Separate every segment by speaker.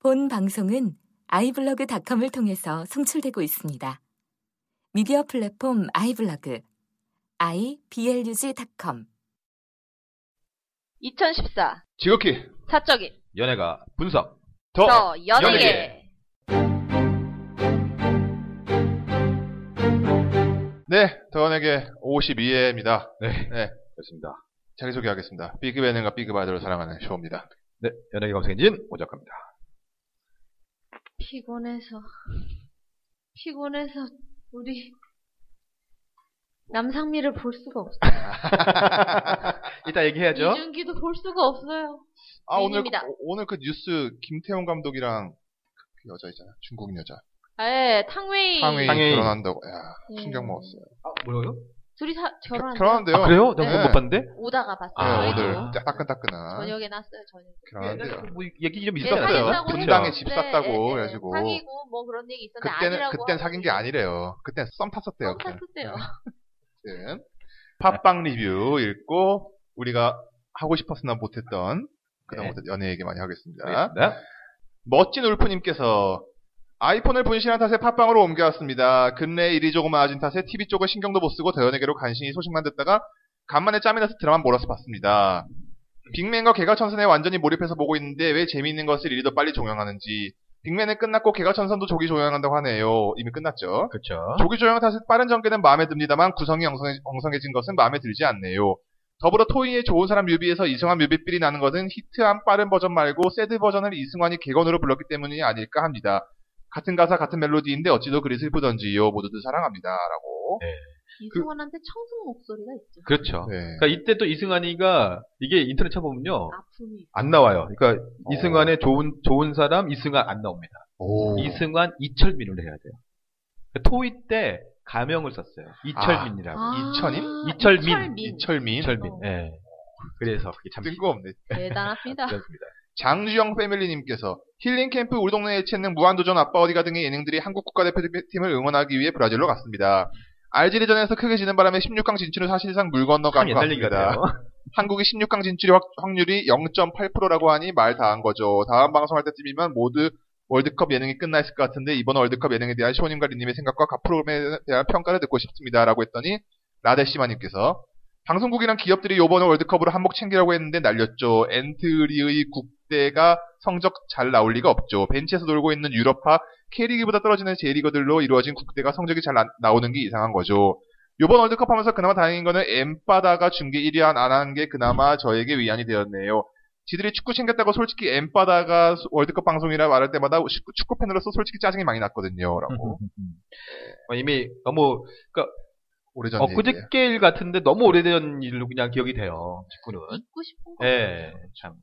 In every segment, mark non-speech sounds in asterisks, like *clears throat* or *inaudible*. Speaker 1: 본 방송은 아이블로그닷컴을 통해서 송출되고 있습니다. 미디어 플랫폼 아이블로그 iblog.com
Speaker 2: 2014
Speaker 3: 지극히
Speaker 2: 사적인
Speaker 3: 연예가 분석
Speaker 2: 더,
Speaker 3: 더,
Speaker 4: 어,
Speaker 2: 연예계
Speaker 4: 네, 더원에게 52회입니다.
Speaker 3: 네
Speaker 4: 네.
Speaker 3: 그렇습니다.
Speaker 4: 자기소개하겠습니다. 비급 예능과 비급 아들을 사랑하는 쇼입니다.
Speaker 3: 네 연예계 검색엔진 오작갑니다.
Speaker 2: 피곤해서 피곤해서 우리 남상미를 볼 수가 없어요.
Speaker 3: 이따 얘기해야죠.
Speaker 2: 이준기도 볼 수가 없어요.
Speaker 4: 아, 오늘, 그-
Speaker 2: 팬입니다.
Speaker 4: 오늘 그 뉴스 김태훈 감독이랑 그 여자 있잖아. 중국인 여자.
Speaker 2: 예, 탕웨이.
Speaker 4: 탕웨이
Speaker 3: 탕웨이.
Speaker 4: 결혼한다고. 야,
Speaker 2: 예.
Speaker 4: 충격 먹었어요.
Speaker 3: 아 뭐라고요?
Speaker 2: 둘이 사, 결혼
Speaker 4: 결혼한대요.
Speaker 3: 아 그래요? 내가
Speaker 2: 네.
Speaker 3: 그거 못 봤는데.
Speaker 2: 오다가 봤어요.
Speaker 3: 아,
Speaker 4: 네,
Speaker 2: 저희도.
Speaker 4: 오늘 따끈따끈한
Speaker 2: 저녁에 났어요. 저녁.
Speaker 4: 결혼한대요.
Speaker 3: 뭐 얘기 좀
Speaker 2: 네,
Speaker 4: 있었어요.
Speaker 2: 사귄다고
Speaker 4: 분당에
Speaker 2: 했는데,
Speaker 4: 집 샀다고
Speaker 2: 예, 예, 예.
Speaker 4: 그래가지고.
Speaker 2: 사귀고 뭐 그런 얘기 있었는데
Speaker 4: 그때는
Speaker 2: 아니라고.
Speaker 4: 그땐 사귄 게 아니래요. 네. 그땐 썸 탔었대요.
Speaker 2: 썸 탔었대요.
Speaker 4: 그땐. 팟빵 리뷰 읽고 우리가 하고 싶었으나 못했던 그동안 연애 얘기 많이 하겠습니다.
Speaker 3: 알겠습니다.
Speaker 4: 멋진 울프님께서 아이폰을 분실한 탓에 팟빵으로 옮겨왔습니다. 근래 일이 조금 많아진 탓에 TV 쪽은 신경도 못 쓰고 더연에게로 간신히 소식만 듣다가 간만에 짬이 나서 드라마 몰아서 봤습니다. 빅맨과 개가천선에 완전히 몰입해서 보고 있는데 왜 재미있는 것을 이리 더 빨리 종영하는지 빅맨은 끝났고 개가천선도 조기 종영한다고 하네요. 이미 끝났죠.
Speaker 3: 그렇죠.
Speaker 4: 어? 조기 조형 탓에 빠른 전개는 마음에 듭니다만 구성이 엉성해, 엉성해진 것은 마음에 들지 않네요. 더불어 토이의 좋은 사람 뮤비에서 이승환 뮤비삘이 나는 것은 히트한 빠른 버전 말고 새드 버전을 이승환이 개건으로 불렀기 때문이 아닐까 합니다. 같은 가사 같은 멜로디인데 어찌도 그리 슬프던지요. 모두들 사랑합니다. 라고. 그
Speaker 2: 이승원한테 청승 목소리가 있죠.
Speaker 3: 그렇죠.
Speaker 4: 네.
Speaker 3: 그러니까 이때 또 이승환이가 이게 인터넷 쳐보면요
Speaker 2: 아픔이.
Speaker 3: 안 나와요. 그러니까
Speaker 4: 어.
Speaker 3: 이승환의 좋은 좋은 사람 이승환 안 나옵니다.
Speaker 4: 오.
Speaker 3: 이승환 이철민으로 해야 돼요. 그러니까 토이 때 가명을 썼어요. 이철민이라고.
Speaker 2: 아,
Speaker 4: 이천인?
Speaker 3: 이철민.
Speaker 4: 이철민.
Speaker 3: 이철민.
Speaker 2: 어.
Speaker 3: 예. 그래서 그게 참
Speaker 4: 뜬금없네.
Speaker 2: 대단합니다.
Speaker 4: *laughs*
Speaker 3: 그렇습니다.
Speaker 4: 장주영 패밀리님께서 힐링캠프 우리 동네에 채는 무한도전 아빠 어디가 등의 예능들이 한국 국가대표팀을 응원하기 위해 브라질로 갔습니다. 알제리전에서 크게 지는 바람에 16강 진출을 사실상 물 건너간
Speaker 3: 참
Speaker 4: 것
Speaker 3: 옛날 얘기
Speaker 4: 같습니다.
Speaker 3: 같아요.
Speaker 4: 한국이 16강 진출 확- 확률이 0.8%라고 하니 말 다 한 거죠. 다음 방송할 때쯤이면 모두 월드컵 예능이 끝나 있을 것 같은데 이번 월드컵 예능에 대한 시호님과 리님의 생각과 각 프로그램에 대한 평가를 듣고 싶습니다라고 했더니 라데시마님께서 방송국이랑 기업들이 요번 월드컵으로 한몫 챙기라고 했는데 날렸죠. 엔트리의 국대가 성적 잘 나올 리가 없죠. 벤치에서 놀고 있는 유럽파 K리그보다 떨어지는 J리그들로 이루어진 국대가 성적이 잘 나- 나오는 게 이상한 거죠. 요번 월드컵 하면서 그나마 다행인 거는 엠바다가 중계 1위 안 한 게 그나마 저에게 위안이 되었네요. 지들이 축구 챙겼다고 솔직히 엠바다가 수- 월드컵 방송이라 말할 때마다 축구, 축구 팬으로서 솔직히 짜증이 많이 났거든요. 라고.
Speaker 3: *laughs* 어, 이미 너무 어,
Speaker 4: 오래전 얘기예요.
Speaker 3: 엊그저께 일 같은데 너무 오래된 일로 그냥 기억이 돼요. 직구는.
Speaker 2: 잊고 싶은 거.
Speaker 4: 네.
Speaker 3: 예, 참.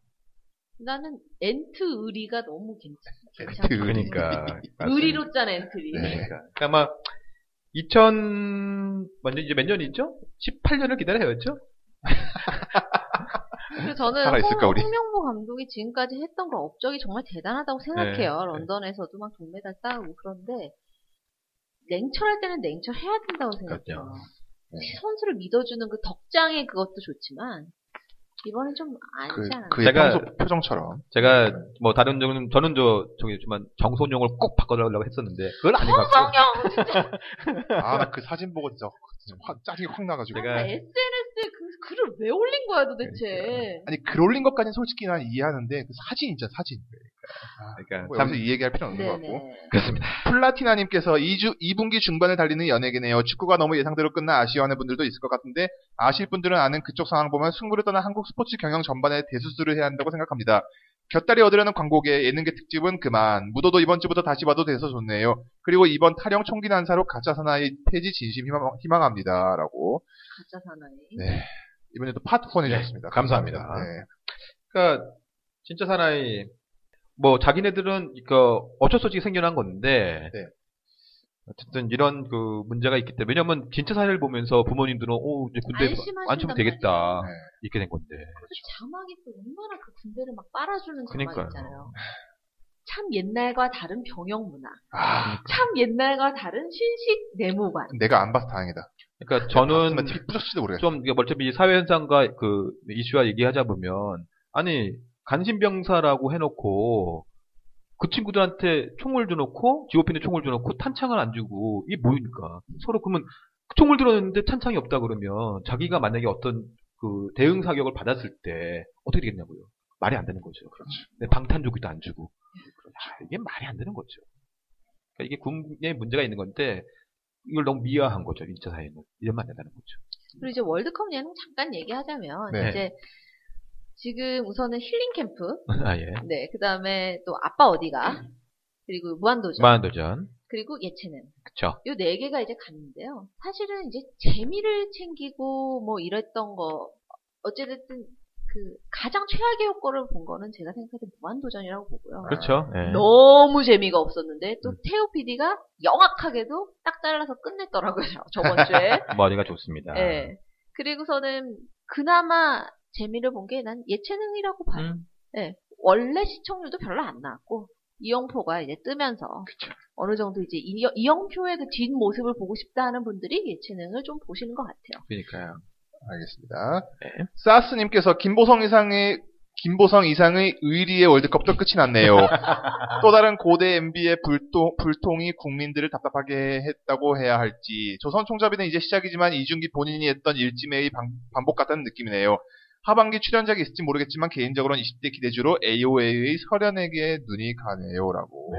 Speaker 2: 나는 엔트 의리가 너무 괜찮아.
Speaker 4: 엔트 의리.
Speaker 3: 그러니까.
Speaker 2: 의리로 짠 엔트리.
Speaker 4: 네.
Speaker 3: 그러니까. 그러니까 아마 2000, 먼저 이제 몇 년이죠? 18년을 기다려야겠죠?
Speaker 2: 그래서 저는
Speaker 4: 살아있을까, 우리?
Speaker 2: 홍, 명보 감독이 지금까지 했던 그 업적이 정말 대단하다고 생각해요.
Speaker 4: 네.
Speaker 2: 런던에서도 막 동메달 따고 그런데 냉철할 때는 냉철해야 된다고 생각해요.
Speaker 3: 그렇죠.
Speaker 4: 네.
Speaker 2: 선수를 믿어주는 그 덕장의 그것도 좋지만 이번엔 좀
Speaker 4: 그,
Speaker 2: 아니지 않나.
Speaker 4: 그의
Speaker 3: 제가-
Speaker 4: 평소 표정처럼.
Speaker 3: 제가 뭐 다른 점은, 저는 저, 저기, 지만 정손용을 꼭 바꿔달라고 했었는데, 그건 아닌 것 같고.
Speaker 2: 성형.
Speaker 4: 아, 나 그 사진 보고 진짜 확- 짜증이 확 나가지고.
Speaker 3: 제가-
Speaker 2: SNS에 그 글을 왜 올린 거야 도대체.
Speaker 4: 아니, 글 올린 것까지는 솔직히 난 이해하는데, 그 사진 있잖아, 사진.
Speaker 3: 그러니까,
Speaker 4: 뭐
Speaker 3: 참,
Speaker 4: 여기서 이 얘기할 필요는 없는 것 같고.
Speaker 2: 네네.
Speaker 3: 그렇습니다.
Speaker 4: 플라티나님께서 2주, 2분기 중반을 달리는 연예계네요. 축구가 너무 예상대로 끝나 아쉬워하는 분들도 있을 것 같은데, 아실 분들은 아는 그쪽 상황 보면 승부를 떠난 한국 스포츠 경영 전반에 대수술을 해야 한다고 생각합니다. 곁다리 얻으려는 광고계 예능계 특집은 그만. 무도도 이번 주부터 다시 봐도 돼서 좋네요. 그리고 이번 타령 총기 난사로 가짜 사나이 폐지 진심 희망, 희망합니다. 라고.
Speaker 2: 가짜 사나이.
Speaker 4: 네. 이번에도 파트 보내주셨습니다.
Speaker 3: 네, 감사합니다.
Speaker 4: 네.
Speaker 3: 그러니까, 진짜 사나이, 뭐, 자기네들은, 그, 어쩔 수 없이 생겨난 건데,
Speaker 4: 네.
Speaker 3: 어쨌든 이런 그 문제가 있기 때문에 왜냐면 진짜 사례를 보면서 부모님들은 오 이제 군대
Speaker 2: 안심하신단
Speaker 3: 안치면 되겠다
Speaker 4: 말이에요. 네.
Speaker 3: 이렇게 된 건데
Speaker 2: 그 자막이 또 얼마나 그 군대를 막 빨아주는
Speaker 3: 그러니까요.
Speaker 2: 자막 있잖아요. 참 옛날과 다른 병역 문화,
Speaker 4: 아,
Speaker 2: 참 옛날과 다른 신식 내모관.
Speaker 4: 네. 내가 안 봐서 다행이다. 아,
Speaker 3: 그러니까
Speaker 4: 봤으면
Speaker 3: 저는
Speaker 4: TV 뿌셨지도 모르겠어.
Speaker 3: 좀 이게 어차피 이 사회 현상과 그 이슈와 얘기하자 보면 아니 간신병사라고 해놓고 그 친구들한테 총을 줘놓고 GOP는 총을 줘놓고 탄창을 안 주고 이게 뭐입니까? 서로 그러면 총을 들었는데 탄창이 없다 그러면 자기가 만약에 어떤 그 대응 사격을 받았을 때 어떻게 되겠냐고요? 말이 안 되는 거죠. 그렇죠. 방탄 조끼도 안 주고 야, 이게 말이 안 되는 거죠. 그러니까 이게 군의 문제가 있는 건데 이걸 너무 미화한 거죠. 2차 사회는 이러면 안 된다는 거죠. *laughs*
Speaker 2: 그리고 이제 월드컵 예능 잠깐 얘기하자면
Speaker 4: 네.
Speaker 2: 이제 지금 우선은 힐링 캠프,
Speaker 3: 아 예.
Speaker 2: 네, 그 다음에 또 아빠 어디가, 그리고 무한도전,
Speaker 3: 무한도전
Speaker 2: 그리고 예체능.
Speaker 3: 그쵸.
Speaker 2: 요 네 개가 이제 갔는데요. 사실은 이제 재미를 챙기고 뭐 이랬던 거, 어찌됐든 그 가장 최악의 효과를 본 거는 제가 생각할 때 무한도전이라고 보고요.
Speaker 3: 그렇죠. 예.
Speaker 2: 아, 너무 재미가 없었는데 또
Speaker 3: 음.
Speaker 2: 태호 PD가 영악하게도 딱 잘라서 끝냈더라고요. *laughs* 저번
Speaker 3: *laughs*
Speaker 2: 주에.
Speaker 3: 머리가 좋습니다.
Speaker 2: 예. 그리고서는 그나마 재미를 본 게 난 예체능이라고 봐요.
Speaker 3: 음,
Speaker 2: 원래 시청률도 별로 안 나왔고 이영표가 이제 뜨면서 어느 정도 이제 이- 이영표의 그 뒷모습을 보고 싶다 하는 분들이 예체능을 좀 보시는 것 같아요.
Speaker 3: 그러니까요.
Speaker 4: 알겠습니다.
Speaker 3: 네.
Speaker 4: 사스님께서 김보성 이상의 김보성 이상의 의리의 월드컵도 끝이
Speaker 3: *laughs*
Speaker 4: 났네요. 또 다른 고대 MB의 불통, 불통이 국민들을 답답하게 했다고 해야 할지 조선 총잡이는 이제 시작이지만 이준기 본인이 했던 일지매의 방- 반복 같다는 느낌이네요. 하반기 출연작이 있을지 모르겠지만 개인적으로는 20대 기대주로 AOA의 서련에게 눈이 가네요라고.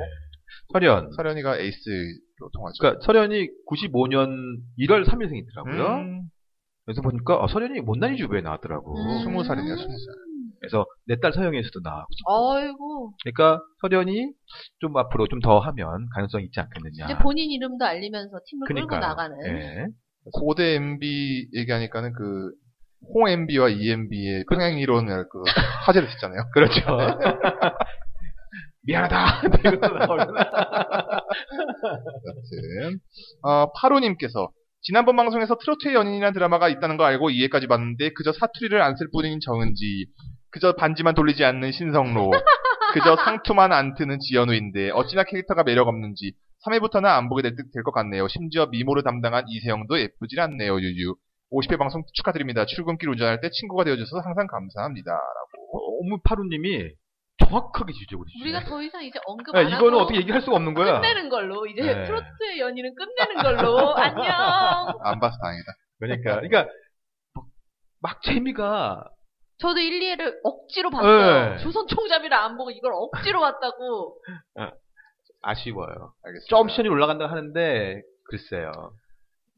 Speaker 3: 서련.
Speaker 4: 서련이가 에이스로 통하죠.
Speaker 3: 그러니까 서련이 95년 1월 3일생이더라고요. 그래서 보니까 아, 서련이 못난이 주부에 나왔더라고.
Speaker 2: 음.
Speaker 4: 스무 살이네요, 스무 살.
Speaker 3: 그래서 내 딸 서영에서도 나왔고.
Speaker 2: 아이고
Speaker 3: 그러니까 서련이 좀 앞으로 좀 더 하면 가능성이 있지 않겠느냐.
Speaker 2: 이제 본인 이름도 알리면서 팀을
Speaker 3: 그러니까요.
Speaker 2: 끌고 나가는
Speaker 3: 예.
Speaker 4: 고대 MB 얘기하니까는 그, 홍 MB와 이 MB의 평행이론을 그, 화제를 했잖아요.
Speaker 3: *laughs* 그렇죠. 미안하다. *laughs* 이러면서
Speaker 2: *laughs*
Speaker 3: 나오려나?
Speaker 4: 아무튼. 어, 파로님께서, 지난번 방송에서 트로트의 연인이라는 드라마가 있다는 거 알고 2회까지 봤는데, 그저 사투리를 안 쓸 뿐인 정은지, 그저 반지만 돌리지 않는 신성로, 그저 상투만 안 트는 지현우인데, 어찌나 캐릭터가 매력 없는지, 3회부터는 안 보게 될 것 같네요. 심지어 미모를 담당한 이세영도 예쁘질 않네요, 유유. 50회 방송 축하드립니다. 출근길 운전할 때 친구가 되어줘서 항상 감사합니다.
Speaker 3: 너무 어, 파루님이 정확하게 지적을 해주죠.
Speaker 2: 우리가 더 이상 이제 언급
Speaker 3: 예,
Speaker 2: 안 하고
Speaker 3: 이거는 어떻게 얘기할 수가 없는 거야.
Speaker 2: 끝내는 걸로 이제
Speaker 3: 네.
Speaker 2: 트로트의 연인은 끝내는 걸로
Speaker 3: *laughs*
Speaker 2: 안녕.
Speaker 4: 안 봐서 다행이다. *laughs*
Speaker 3: 그러니까, 그러니까 막- 막 재미가
Speaker 2: 저도 1, 2회를 억지로 봤어요.
Speaker 3: 네.
Speaker 2: 조선 총잡이를 안 보고 이걸 억지로 봤다고.
Speaker 3: 아쉬워요.
Speaker 4: 알겠습니다.
Speaker 3: 좀 시연이 올라간다 하는데 글쎄요.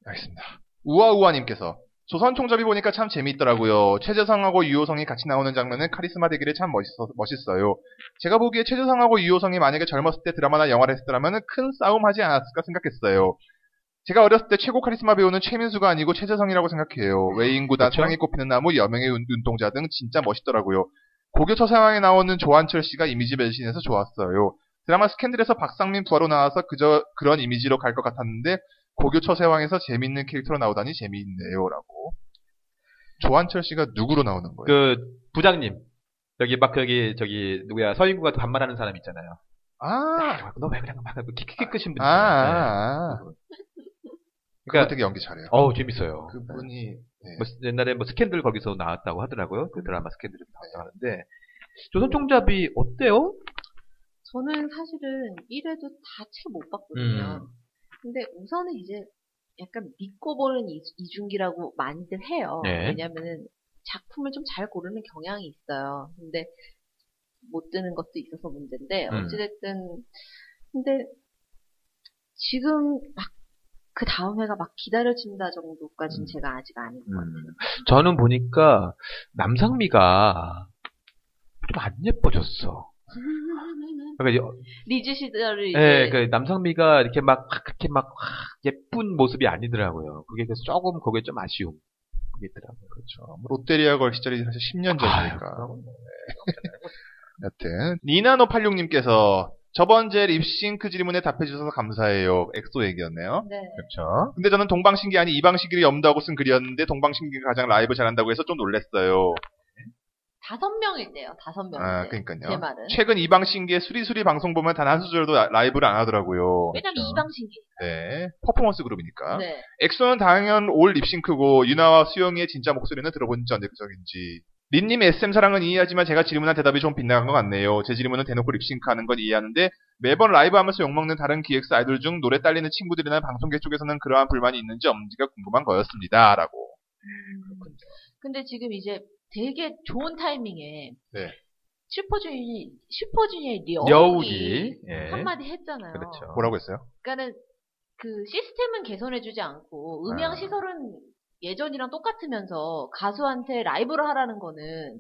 Speaker 4: 알겠습니다. 우아우아님께서 조선 총잡이 보니까 참 재미있더라고요. 최재성하고 유호성이 같이 나오는 장면은 카리스마 되기를 참 멋있어, 멋있어요. 제가 보기에 최재성하고 유호성이 만약에 젊었을 때 드라마나 영화를 했더라면 큰 싸움 하지 않았을까 생각했어요. 제가 어렸을 때 최고 카리스마 배우는 최민수가 아니고 최재성이라고 생각해요. 외인구단,
Speaker 3: 그렇죠?
Speaker 4: 사랑이 꽃피는 나무, 여명의 운- 눈동자 등 진짜 멋있더라고요. 고교처 상황에 나오는 조한철 씨가 이미지 배신해서 좋았어요. 드라마 스캔들에서 박상민 부하로 나와서 그저 그런 이미지로 갈 것 같았는데 고교처 세왕에서 재미있는 캐릭터로 나오다니 재미있네요라고. 조한철 씨가 누구로 나오는 거예요?
Speaker 3: 그 부장님 여기 막 여기 저기 누구야 서인구가 반말하는 사람 있잖아요.
Speaker 4: 아,
Speaker 3: 너 왜 그래? 막 킥킥킥
Speaker 4: 아,
Speaker 3: 끄신 분. 있잖아요.
Speaker 4: 아, 아. 그거
Speaker 3: 그러니까
Speaker 4: 되게 연기 잘해요.
Speaker 3: 어우 재밌어요.
Speaker 4: 그분이 네.
Speaker 3: 뭐 스- 옛날에 뭐 스캔들 거기서 나왔다고 하더라고요. 그 드라마 스캔들이 나왔다고 하는데 조선 총잡이 어때요?
Speaker 2: 저는 사실은 1회도 다 채 못
Speaker 4: 음.
Speaker 3: 음.
Speaker 2: 봤거든요. 근데 우선은 이제 약간 믿고 보는 이- 이중기라고 많이들 해요.
Speaker 3: 네.
Speaker 2: 왜냐면은 작품을 좀 잘 고르는 경향이 있어요. 근데 못 드는 것도 있어서 문제인데,
Speaker 3: 음.
Speaker 2: 어찌됐든, 근데 지금 막 그 다음 회가 막 기다려진다 정도까지는
Speaker 3: 음.
Speaker 2: 제가 아직 아닌 것 같아요.
Speaker 3: 음. 저는 보니까 남상미가 좀 안 예뻐졌어. 그러니까 여-
Speaker 2: *laughs* 리즈 시절을 이제
Speaker 3: 예, 그 남상미가 이렇게 막 그렇게 막 예쁜 모습이 아니더라고요. 그게 그래서 조금 거기에 좀 아쉬움 그게 있더라고요. 그렇죠.
Speaker 4: 롯데리아 걸 시절이 사실 10년 전이니까.
Speaker 3: 아유, 그럼
Speaker 4: 여튼 니나노86님께서 저번 제 립싱크 질문에 답해주셔서 감사해요. 엑소 얘기였네요.
Speaker 2: 네.
Speaker 3: 그렇죠.
Speaker 4: 근데 저는 동방신기 아니 이방신기를 염두하고 쓴 글이었는데 동방신기가 가장 라이브 잘한다고 해서 좀 놀랬어요.
Speaker 2: 다섯 명일 때요, 다섯 명일 때. 제
Speaker 4: 아, 그러니까요.
Speaker 2: 말은.
Speaker 4: 최근 이방신기의 수리수리 방송 보면 단 한 수절도 라- 라이브를 안 하더라고요.
Speaker 2: 왜냐면 이방식이.
Speaker 4: 네. 퍼포먼스 그룹이니까.
Speaker 2: 네.
Speaker 4: 엑소는 당연 올 립싱크고 유나와 수영이의 진짜 목소리는 들어본 지 언제적인지 린님 SM 사랑은 이해하지만 제가 질문한 대답이 좀 빗나간 것 같네요. 제 질문은 대놓고 립싱크하는 건 이해하는데 매번 라이브 하면서 욕먹는 다른 기획사 아이돌 중 노래 딸리는 친구들이나 방송계 쪽에서는 그러한 불만이 있는지 없는지가 궁금한 거였습니다. 라고.
Speaker 2: 근데 지금 이제 되게 좋은 타이밍에
Speaker 4: 네.
Speaker 2: 슈퍼주니 슈퍼주니어의 려욱이
Speaker 3: 여우기. 예.
Speaker 2: 한마디 했잖아요.
Speaker 3: 그렇죠.
Speaker 4: 뭐라고 했어요?
Speaker 2: 그러니까는 그 시스템은 개선해주지 않고 음향
Speaker 3: 아.
Speaker 2: 시설은 예전이랑 똑같으면서 가수한테 라이브를 하라는 거는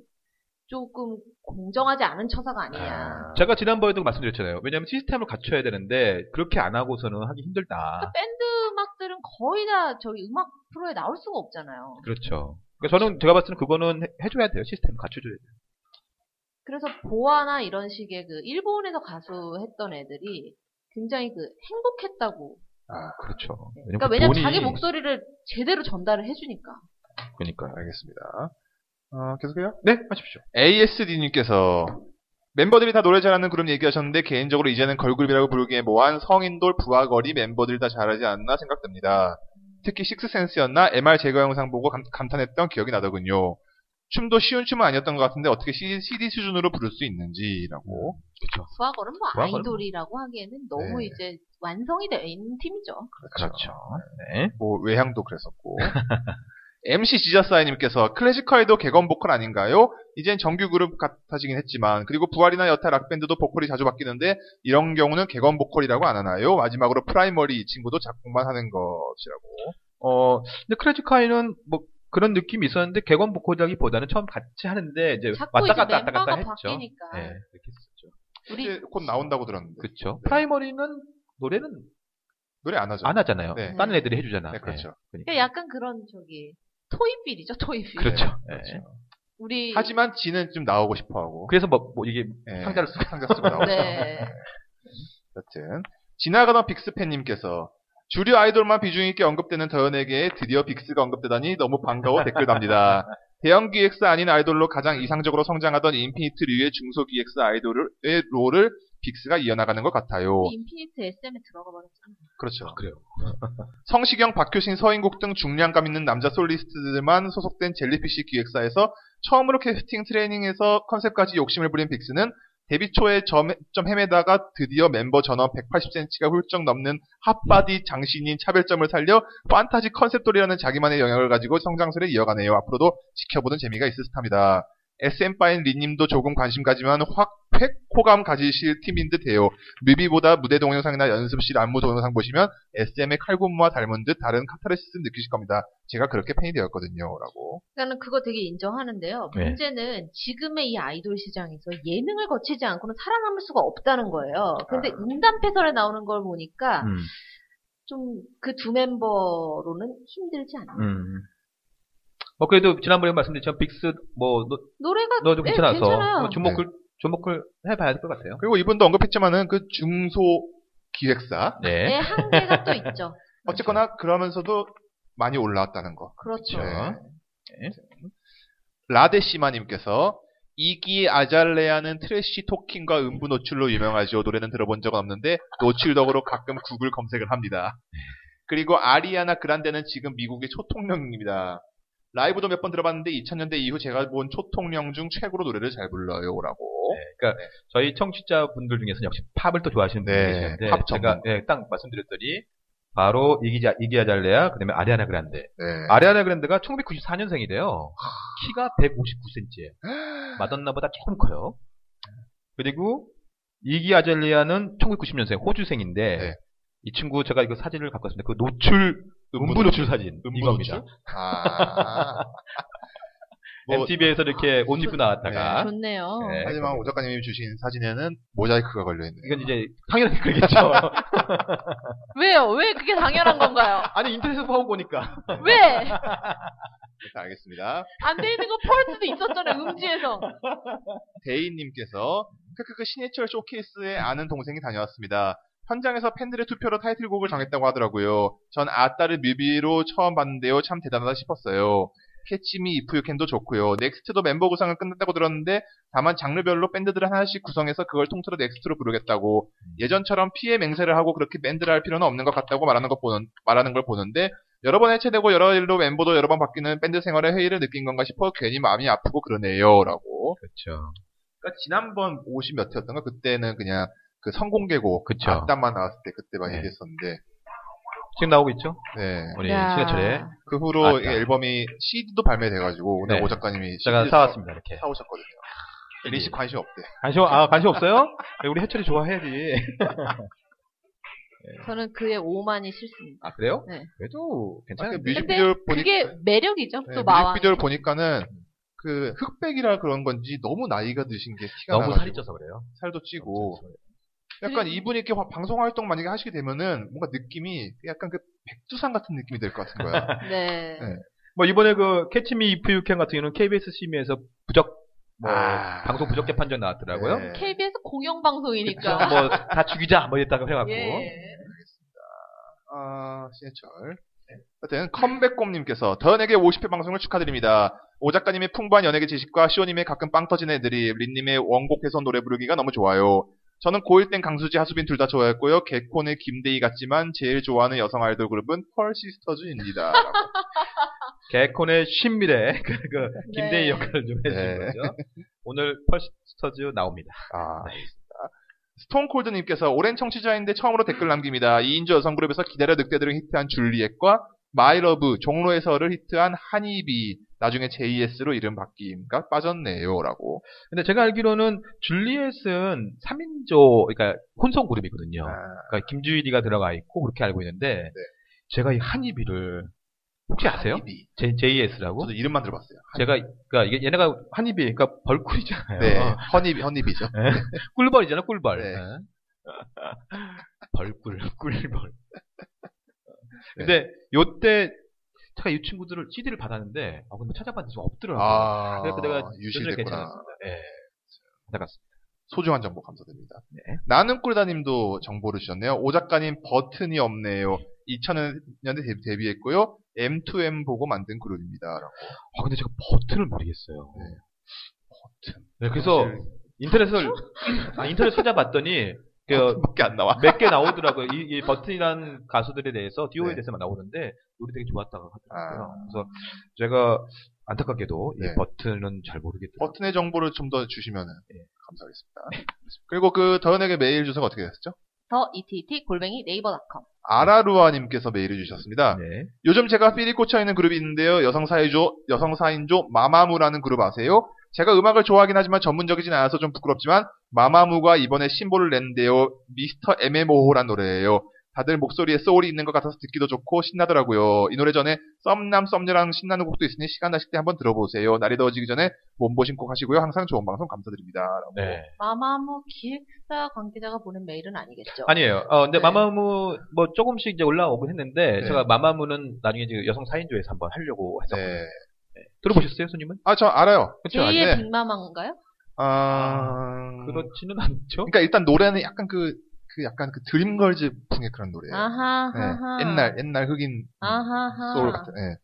Speaker 2: 조금 공정하지 않은 처사가 아니냐.
Speaker 3: 제가 지난번에도 말씀드렸잖아요. 왜냐하면 시스템을 갖춰야 되는데 그렇게 안 하고서는 하기 힘들다.
Speaker 2: 그러니까 밴드 음악들은 거의 다 저희 음악 프로에 나올 수가 없잖아요.
Speaker 3: 그렇죠. 그러니까 저는 제가 봤을 때는 그거는 해- 해줘야 돼요. 시스템 갖춰줘야 돼요.
Speaker 2: 그래서 보아나 이런 식의 그 일본에서 가수 했던 애들이 굉장히 그 행복했다고.
Speaker 3: 그렇죠.
Speaker 2: 그러니까 왜냐면 자기 목소리를 제대로 전달을 해주니까.
Speaker 3: 그러니까.
Speaker 4: 알겠습니다. 어, 계속해요?
Speaker 3: 네, 하십시오.
Speaker 4: ASD님께서 멤버들이 다 노래 잘하는 그룹 얘기하셨는데 개인적으로 이제는 걸그룹이라고 부르기에 모한 성인돌 부하거리 멤버들이 다 잘하지 않나 생각됩니다. 특히 식스센스였나 MR 제거 영상 보고 감, 탄했던 기억이 나더군요. 춤도 쉬운 춤은 아니었던 것 같은데 어떻게 CD, 수준으로 부를 수 있는지라고.
Speaker 3: 그렇죠.
Speaker 2: 부하걸은 뭐
Speaker 3: 부하걸은 뭐.
Speaker 2: 아이돌이라고 하기에는 너무
Speaker 4: 네.
Speaker 2: 이제 완성이 되어 있는 팀이죠.
Speaker 3: 그렇죠. 네.
Speaker 4: 뭐 외향도 그랬었고. MC 지저사이님께서 클래식컬도 개건 보컬 아닌가요? 이젠 정규 그룹 같아지긴 했지만 그리고 부활이나 여타 락밴드도 보컬이 자주 바뀌는데 이런 경우는 개건 보컬이라고 안 하나요? 마지막으로 프라이머리 이 친구도 작곡만 하는 것이라고.
Speaker 3: 어, 근데 크래지카이는 뭐 그런 느낌이 있었는데 개관 보컬이라기보다는 처음 같이 하는데 이제
Speaker 2: 자꾸
Speaker 3: 그 왔다
Speaker 2: 이제
Speaker 3: 갔다 왔다
Speaker 2: 멤버가
Speaker 3: 갔다 했죠.
Speaker 2: 바뀌니까
Speaker 3: 네, 그렇게 했었죠.
Speaker 4: 이제
Speaker 2: 우리
Speaker 4: 곧 나온다고 들었는데
Speaker 3: 그렇죠. 프라이머리는 노래는
Speaker 4: 노래 안 하죠?
Speaker 3: 안 하잖아요.
Speaker 4: 그렇죠. 네.
Speaker 3: 다른 애들이 해주잖아.
Speaker 4: 네 그렇죠.
Speaker 3: 네,
Speaker 2: 그러니까 약간 그런 저기 토이필이죠 토이필.
Speaker 3: 그렇죠.
Speaker 4: 네,
Speaker 3: 네.
Speaker 4: 그렇죠.
Speaker 2: 우리
Speaker 4: 하지만 지는 좀 나오고 싶어하고.
Speaker 3: 그래서 뭐, 뭐 이게
Speaker 4: 예,
Speaker 3: 상자를 쓰고
Speaker 4: 상자 쓰고 나오고.
Speaker 3: *laughs*
Speaker 2: 네.
Speaker 4: 여튼 지나가던 빅스팬님께서 주류 아이돌만 비중 있게 언급되는 더현에게 드디어 빅스가 언급되다니 너무 반가워 댓글 답니다. 대형 기획사 아닌 아이돌로 가장 이상적으로 성장하던 인피니트류의 중소 기획사 아이돌의 롤을 빅스가 이어나가는 것 같아요.
Speaker 3: 뭐
Speaker 2: 우리 인피니트 SM에 들어가 버렸잖아.
Speaker 4: 그렇죠.
Speaker 3: 그래요.
Speaker 4: 성시경, 박효신, 서인국 등 중량감 있는 남자 솔리스트들만 소속된 젤리피쉬 기획사에서 처음으로 캐스팅 트레이닝에서 컨셉까지 욕심을 부린 빅스는 데뷔 초에 점, 점 헤매다가 드디어 멤버 전원 180cm가 훌쩍 넘는 핫바디 장신인 차별점을 살려 판타지 컨셉돌이라는 자기만의 영역을 가지고 성장세를 이어가네요. 앞으로도 지켜보는 재미가 있을 듯합니다. SM파인 리님도 조금 관심 가지만 확, 획, 호감 가지실 팀인 듯 해요. 뮤비보다 무대 동영상이나 연습실 안무 동영상 보시면 SM의 칼군무와 닮은 듯 다른 카타르시스 느끼실 겁니다. 제가 그렇게 팬이 되었거든요. 라고.
Speaker 2: 나는 그거 되게 인정하는데요.
Speaker 3: 네.
Speaker 2: 문제는 지금의 이 아이돌 시장에서 예능을 거치지 않고는 살아남을 수가 없다는 거예요. 근데 인담패설에 나오는 걸 보니까
Speaker 3: 음,
Speaker 2: 좀 그 두 멤버로는 힘들지 않나.
Speaker 3: 음. 뭐 그래도 지난번에 말씀드렸지만 빅스 뭐 노-
Speaker 2: 노래가
Speaker 3: 너도
Speaker 2: 네,
Speaker 3: 괜찮아서
Speaker 2: 괜찮아요.
Speaker 3: 뭐 주목을
Speaker 4: 네.
Speaker 3: 주목을 해봐야 될 것 같아요.
Speaker 4: 그리고 이분도 언급했지만은 그 중소 기획사.
Speaker 2: 네,
Speaker 3: 네.
Speaker 2: 한계가 또 있죠.
Speaker 4: 어쨌거나 그러면서도 많이 올라왔다는 거.
Speaker 2: 그렇죠.
Speaker 3: 그렇죠.
Speaker 4: 네.
Speaker 3: 네.
Speaker 4: 라데시마님께서 이기 아잘레아는 트래쉬 토킹과 음부 노출로 유명하죠. 노래는 들어본 적은 없는데 노출덕으로 가끔 구글 검색을 합니다. 그리고 아리아나 그란데는 지금 미국의 초통령입니다. 라이브도 몇 번 들어봤는데 2000년대 이후 제가 본 초통령 중 최고로 노래를 잘 불러요라고.
Speaker 3: 네, 그러니까 저희 청취자분들 중에서는 역시 팝을 또 좋아하시는 분이
Speaker 4: 네,
Speaker 3: 계시는데
Speaker 4: 팝
Speaker 3: 제가
Speaker 4: 전문.
Speaker 3: 네, 딱 말씀드렸더니 바로 이기자 이기아 잘레야 그다음에 아리아나 그란데.
Speaker 4: 네.
Speaker 3: 아리아나 그란데가 1994년생이래요. 키가 159cm예요.
Speaker 4: 아,
Speaker 3: 마돈나보다 조금 커요. 그리고 이기 아젤리아는 1990년생 호주생인데
Speaker 4: 네.
Speaker 3: 이 친구 제가 이거 사진을 갖고 왔습니다. 그 노출 음부 노출 사진
Speaker 4: 음부
Speaker 3: 이겁니다.
Speaker 4: 노출?
Speaker 3: *laughs*
Speaker 4: 아. 뭐,
Speaker 3: MTV에서 이렇게 옷 입고 나왔다가
Speaker 2: 좋네요.
Speaker 3: 아, 네.
Speaker 4: 하지만 오 작가님이 주신 사진에는 모자이크가 걸려있네요.
Speaker 3: 이건 이제 당연히 *laughs* 그러겠죠.
Speaker 2: 왜요? 왜 그게 당연한 건가요?
Speaker 3: 아니 인터넷에서 봐온 거니까.
Speaker 2: 왜?
Speaker 4: 일단 네, 알겠습니다.
Speaker 2: 안 돼 있는 거 펄스도 있었잖아요, 음지에서.
Speaker 4: 데이님께서 크크크 신해철 쇼케이스에 아는 동생이 다녀왔습니다. 현장에서 팬들의 투표로 타이틀곡을 정했다고 하더라고요. 전 아따를 뮤비로 처음 봤는데요. 참 대단하다 싶었어요. 캐치미 이프유캔도 좋고요. 넥스트도 멤버 구성은 끝났다고 들었는데 다만 장르별로 밴드들을 하나씩 구성해서 그걸 통틀어 넥스트로
Speaker 3: 음.
Speaker 4: 부르겠다고 예전처럼 피해 맹세를 하고 그렇게 밴드를 할 필요는 없는 것 같다고 말하는 것 보는 말하는 걸 보는데 여러 번 해체되고 여러 일로 멤버도 여러 번 바뀌는 밴드 생활의 회의를 느낀 건가 싶어 괜히 마음이 아프고 그러네요라고.
Speaker 3: 그렇죠.
Speaker 4: 그러니까 지난번 50 몇 회였던가 그때는 그냥 그 성공개고
Speaker 3: 그쵸.
Speaker 4: 악단만 나왔을 때 그때 막
Speaker 3: 네.
Speaker 4: 얘기했었는데
Speaker 3: 지금 나오고 있죠?
Speaker 4: 네.
Speaker 3: 우리 신해철의
Speaker 4: 그 후로
Speaker 3: 맞다.
Speaker 4: 이 앨범이 CD도 발매돼가지고 오늘
Speaker 3: 네.
Speaker 4: 오 작가님이
Speaker 3: 제가
Speaker 4: CD 를
Speaker 3: 사왔습니다. 네. 이렇게.
Speaker 4: 사오셨거든요. 리씨 관심 없대.
Speaker 3: 관심 아 관심 없어요? *laughs* 네, 우리 해철이 좋아해야지.
Speaker 2: 저는 그의 오만이 싫습니다.
Speaker 3: 아 그래요?
Speaker 2: 네.
Speaker 3: 그래도
Speaker 4: 아, 그
Speaker 3: 괜찮은데.
Speaker 4: 뮤직비디오 보니
Speaker 2: 그게 매력이죠.
Speaker 4: 네,
Speaker 2: 또 마왕.
Speaker 4: 뮤직비디오를 보니까는 그 흑백이라 그런 건지 너무 나이가 드신 게 티가
Speaker 3: 너무 살이
Speaker 4: 나가지고
Speaker 3: 쪄서 그렇죠, 그래요.
Speaker 4: 살도 찌고 약간
Speaker 2: 그리고-
Speaker 4: 이분이 이렇게 화- 방송 활동 만약에 하시게 되면은 뭔가 느낌이 약간 그 백두산 같은 느낌이 될 것 같은 거야.
Speaker 2: 네.
Speaker 4: 네.
Speaker 3: 뭐 이번에 그 캐치미 이프 유캔 같은 경우는 KBS 심의에서 부적 뭐
Speaker 4: 아.
Speaker 3: 방송 부적재 판정 *laughs* 나왔더라고요.
Speaker 4: 네.
Speaker 2: KBS
Speaker 3: 그래서
Speaker 2: 공영방송이니까.
Speaker 3: 뭐다 죽이자 뭐 이랬다고 해갖고
Speaker 2: 예.
Speaker 4: 아, 신해철. 하여튼 컴백곰님께서 더 연예계 50회 방송을 축하드립니다. 오 작가님의 풍부한 연예계 지식과 시오님의 가끔 빵 터진 애들이 린님의 원곡해서 노래 부르기가 너무 좋아요. 저는 고1 땐 강수지, 하수빈 둘 다 좋아했고요. 개콘의 김대희 같지만 제일 좋아하는 여성 아이돌 그룹은 펄시스터즈입니다.
Speaker 3: 개콘의 신미래 *laughs* 그, 그 김대희
Speaker 2: 네.
Speaker 3: 역할을 좀 해주신
Speaker 4: 네.
Speaker 3: 거죠. 오늘 펄스터즈 나옵니다.
Speaker 4: 아, 스톤콜드님께서 오랜 청취자인데 처음으로 댓글 남깁니다. 2인조 여성 그룹에서 기다려 늑대들을 히트한 줄리엣과 마이러브 종로에서를 히트한 한이비 나중에 JS로 이름 바뀜가 빠졌네요라고.
Speaker 3: 근데 제가 알기로는 줄리엣은 3인조 그러니까 혼성 그룹이거든요.
Speaker 4: 아.
Speaker 3: 그러니까 김주일이가 들어가 있고 그렇게 알고 있는데
Speaker 4: 네.
Speaker 3: 제가 이 한이비를 혹시 아세요?
Speaker 4: 한이비.
Speaker 3: J, JS라고?
Speaker 4: 저도 이름만 들어봤어요.
Speaker 3: 제가 그러니까 이게 얘네가 한이비 그러니까 벌꿀이잖아요.
Speaker 4: 네 허니비 허니비죠.
Speaker 3: 꿀벌이잖아 꿀벌.
Speaker 4: 네.
Speaker 3: 네. *laughs* 벌꿀
Speaker 4: *laughs*
Speaker 3: 꿀벌.
Speaker 4: 네.
Speaker 3: 근데 요때 제가 이 친구들을 CD를 받았는데 아 근데 찾아봤는데 좀 없더라고요.
Speaker 4: 아
Speaker 3: 그래서 내가
Speaker 4: 유실됐구나.
Speaker 3: 괜찮았습니다. 예. 받아갔습니다.
Speaker 4: 소중한 정보 감사드립니다.
Speaker 3: 네.
Speaker 4: 나는 꿀다님도 정보를 주셨네요. 오 작가님 버튼이 없네요. 2000년대 데뷔, 데뷔했고요. M2M 보고 만든 그룹입니다. 라고.
Speaker 3: 아 근데 제가 버튼을 모르겠어요.
Speaker 4: 네. 아,
Speaker 3: 버튼. 네, 그래서 인터넷을 아, 인터넷 찾아봤더니 그
Speaker 4: 밖에 안 나와.
Speaker 3: 몇 개 나오더라고요. 이, 이 버튼이라는 가수들에 대해서, 디오에
Speaker 4: 네. 아.
Speaker 3: 대해서만 나오는데, 노래 되게 좋았다고 하더라고요. 그래서 제가 안타깝게도 이
Speaker 4: 네.
Speaker 3: 버튼은 잘 모르겠더라고요.
Speaker 4: 버튼의 정보를 좀 더 주시면은
Speaker 3: 예.
Speaker 4: 감사하겠습니다. 그리고 그 더현에게 메일 주소가 어떻게 됐었죠?
Speaker 2: 더 이티이티 골뱅이 네이버닷컴.
Speaker 4: 아라루아님께서 메일을 주셨습니다.
Speaker 3: 네.
Speaker 4: 요즘 제가 삘이 꽂혀있는 그룹이 있는데요. 여성사이조, 여성사인조 마마무라는 그룹 아세요? 제가 음악을 좋아하긴 하지만 전문적이진 않아서 좀 부끄럽지만 마마무가 이번에 신보를 냈는데요. 미스터 MMO호란 노래예요. 다들 목소리에 소울이 있는 것 같아서 듣기도 좋고 신나더라고요. 이 노래 전에 썸남 썸녀랑 신나는 곡도 있으니 시간 나실 때 한번 들어보세요. 날이 더워지기 전에 몸보신 꼭 하시고요. 항상 좋은 방송 감사드립니다. 라고.
Speaker 3: 네.
Speaker 2: 마마무 기획사 관계자가 보낸 메일은 아니겠죠.
Speaker 3: 아니에요. 어, 근데
Speaker 2: 네.
Speaker 3: 마마무, 뭐, 조금씩 이제 올라오긴 했는데,
Speaker 4: 네.
Speaker 3: 제가 마마무는 나중에 이제 여성 4인조에서 한번 하려고 해서.
Speaker 4: 네.
Speaker 3: 들어보셨어요, 손님은?
Speaker 4: 아, 저 알아요.
Speaker 3: 그쵸?
Speaker 2: 제2의
Speaker 4: 네.
Speaker 2: 빅마마인가요?
Speaker 4: 아,
Speaker 3: 그렇지는 않죠.
Speaker 4: 그러니까 일단 노래는 약간 그, 그 약간 그 드림걸즈 풍의 그런 노래예요.
Speaker 2: 아하,
Speaker 4: 네,
Speaker 2: 하하.
Speaker 4: 옛날 옛날 흑인
Speaker 2: 아하하.
Speaker 4: 소울 같은. 예.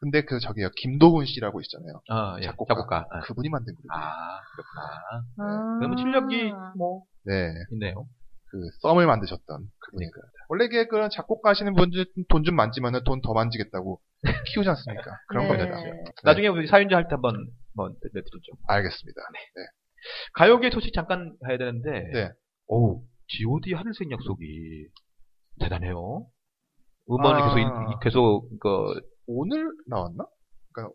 Speaker 4: 근데 그 저기요 김도훈 씨라고 있잖아요.
Speaker 3: 아, 예. 작곡가.
Speaker 4: 작곡가.
Speaker 3: 아.
Speaker 4: 그분이 만든 그룹. 요
Speaker 3: 아, 그렇구나.
Speaker 2: 아.
Speaker 3: 그러면 실력이 뭐,
Speaker 4: 네,
Speaker 3: 있네요.
Speaker 4: 그 썸을 만드셨던 그분이.
Speaker 3: 그러니까.
Speaker 4: 원래 이게 그런 작곡가 하시는 분들 돈 좀 만지면은 돈 더 만지겠다고 키우지 않습니까? 그런
Speaker 2: 네.
Speaker 4: 거잖아요. 네,
Speaker 3: 나중에 우리 4인조 할 때 한번, 뭐, 내드렸죠.
Speaker 4: 알겠습니다.
Speaker 3: 네. 가요계 소식 잠깐 가야 되는데,
Speaker 4: 네.
Speaker 3: 오, G.O.D 하늘색 약속이 대단해요. 음원이
Speaker 4: 아.
Speaker 3: 계속 인- 계속 그
Speaker 4: 오늘 나왔나?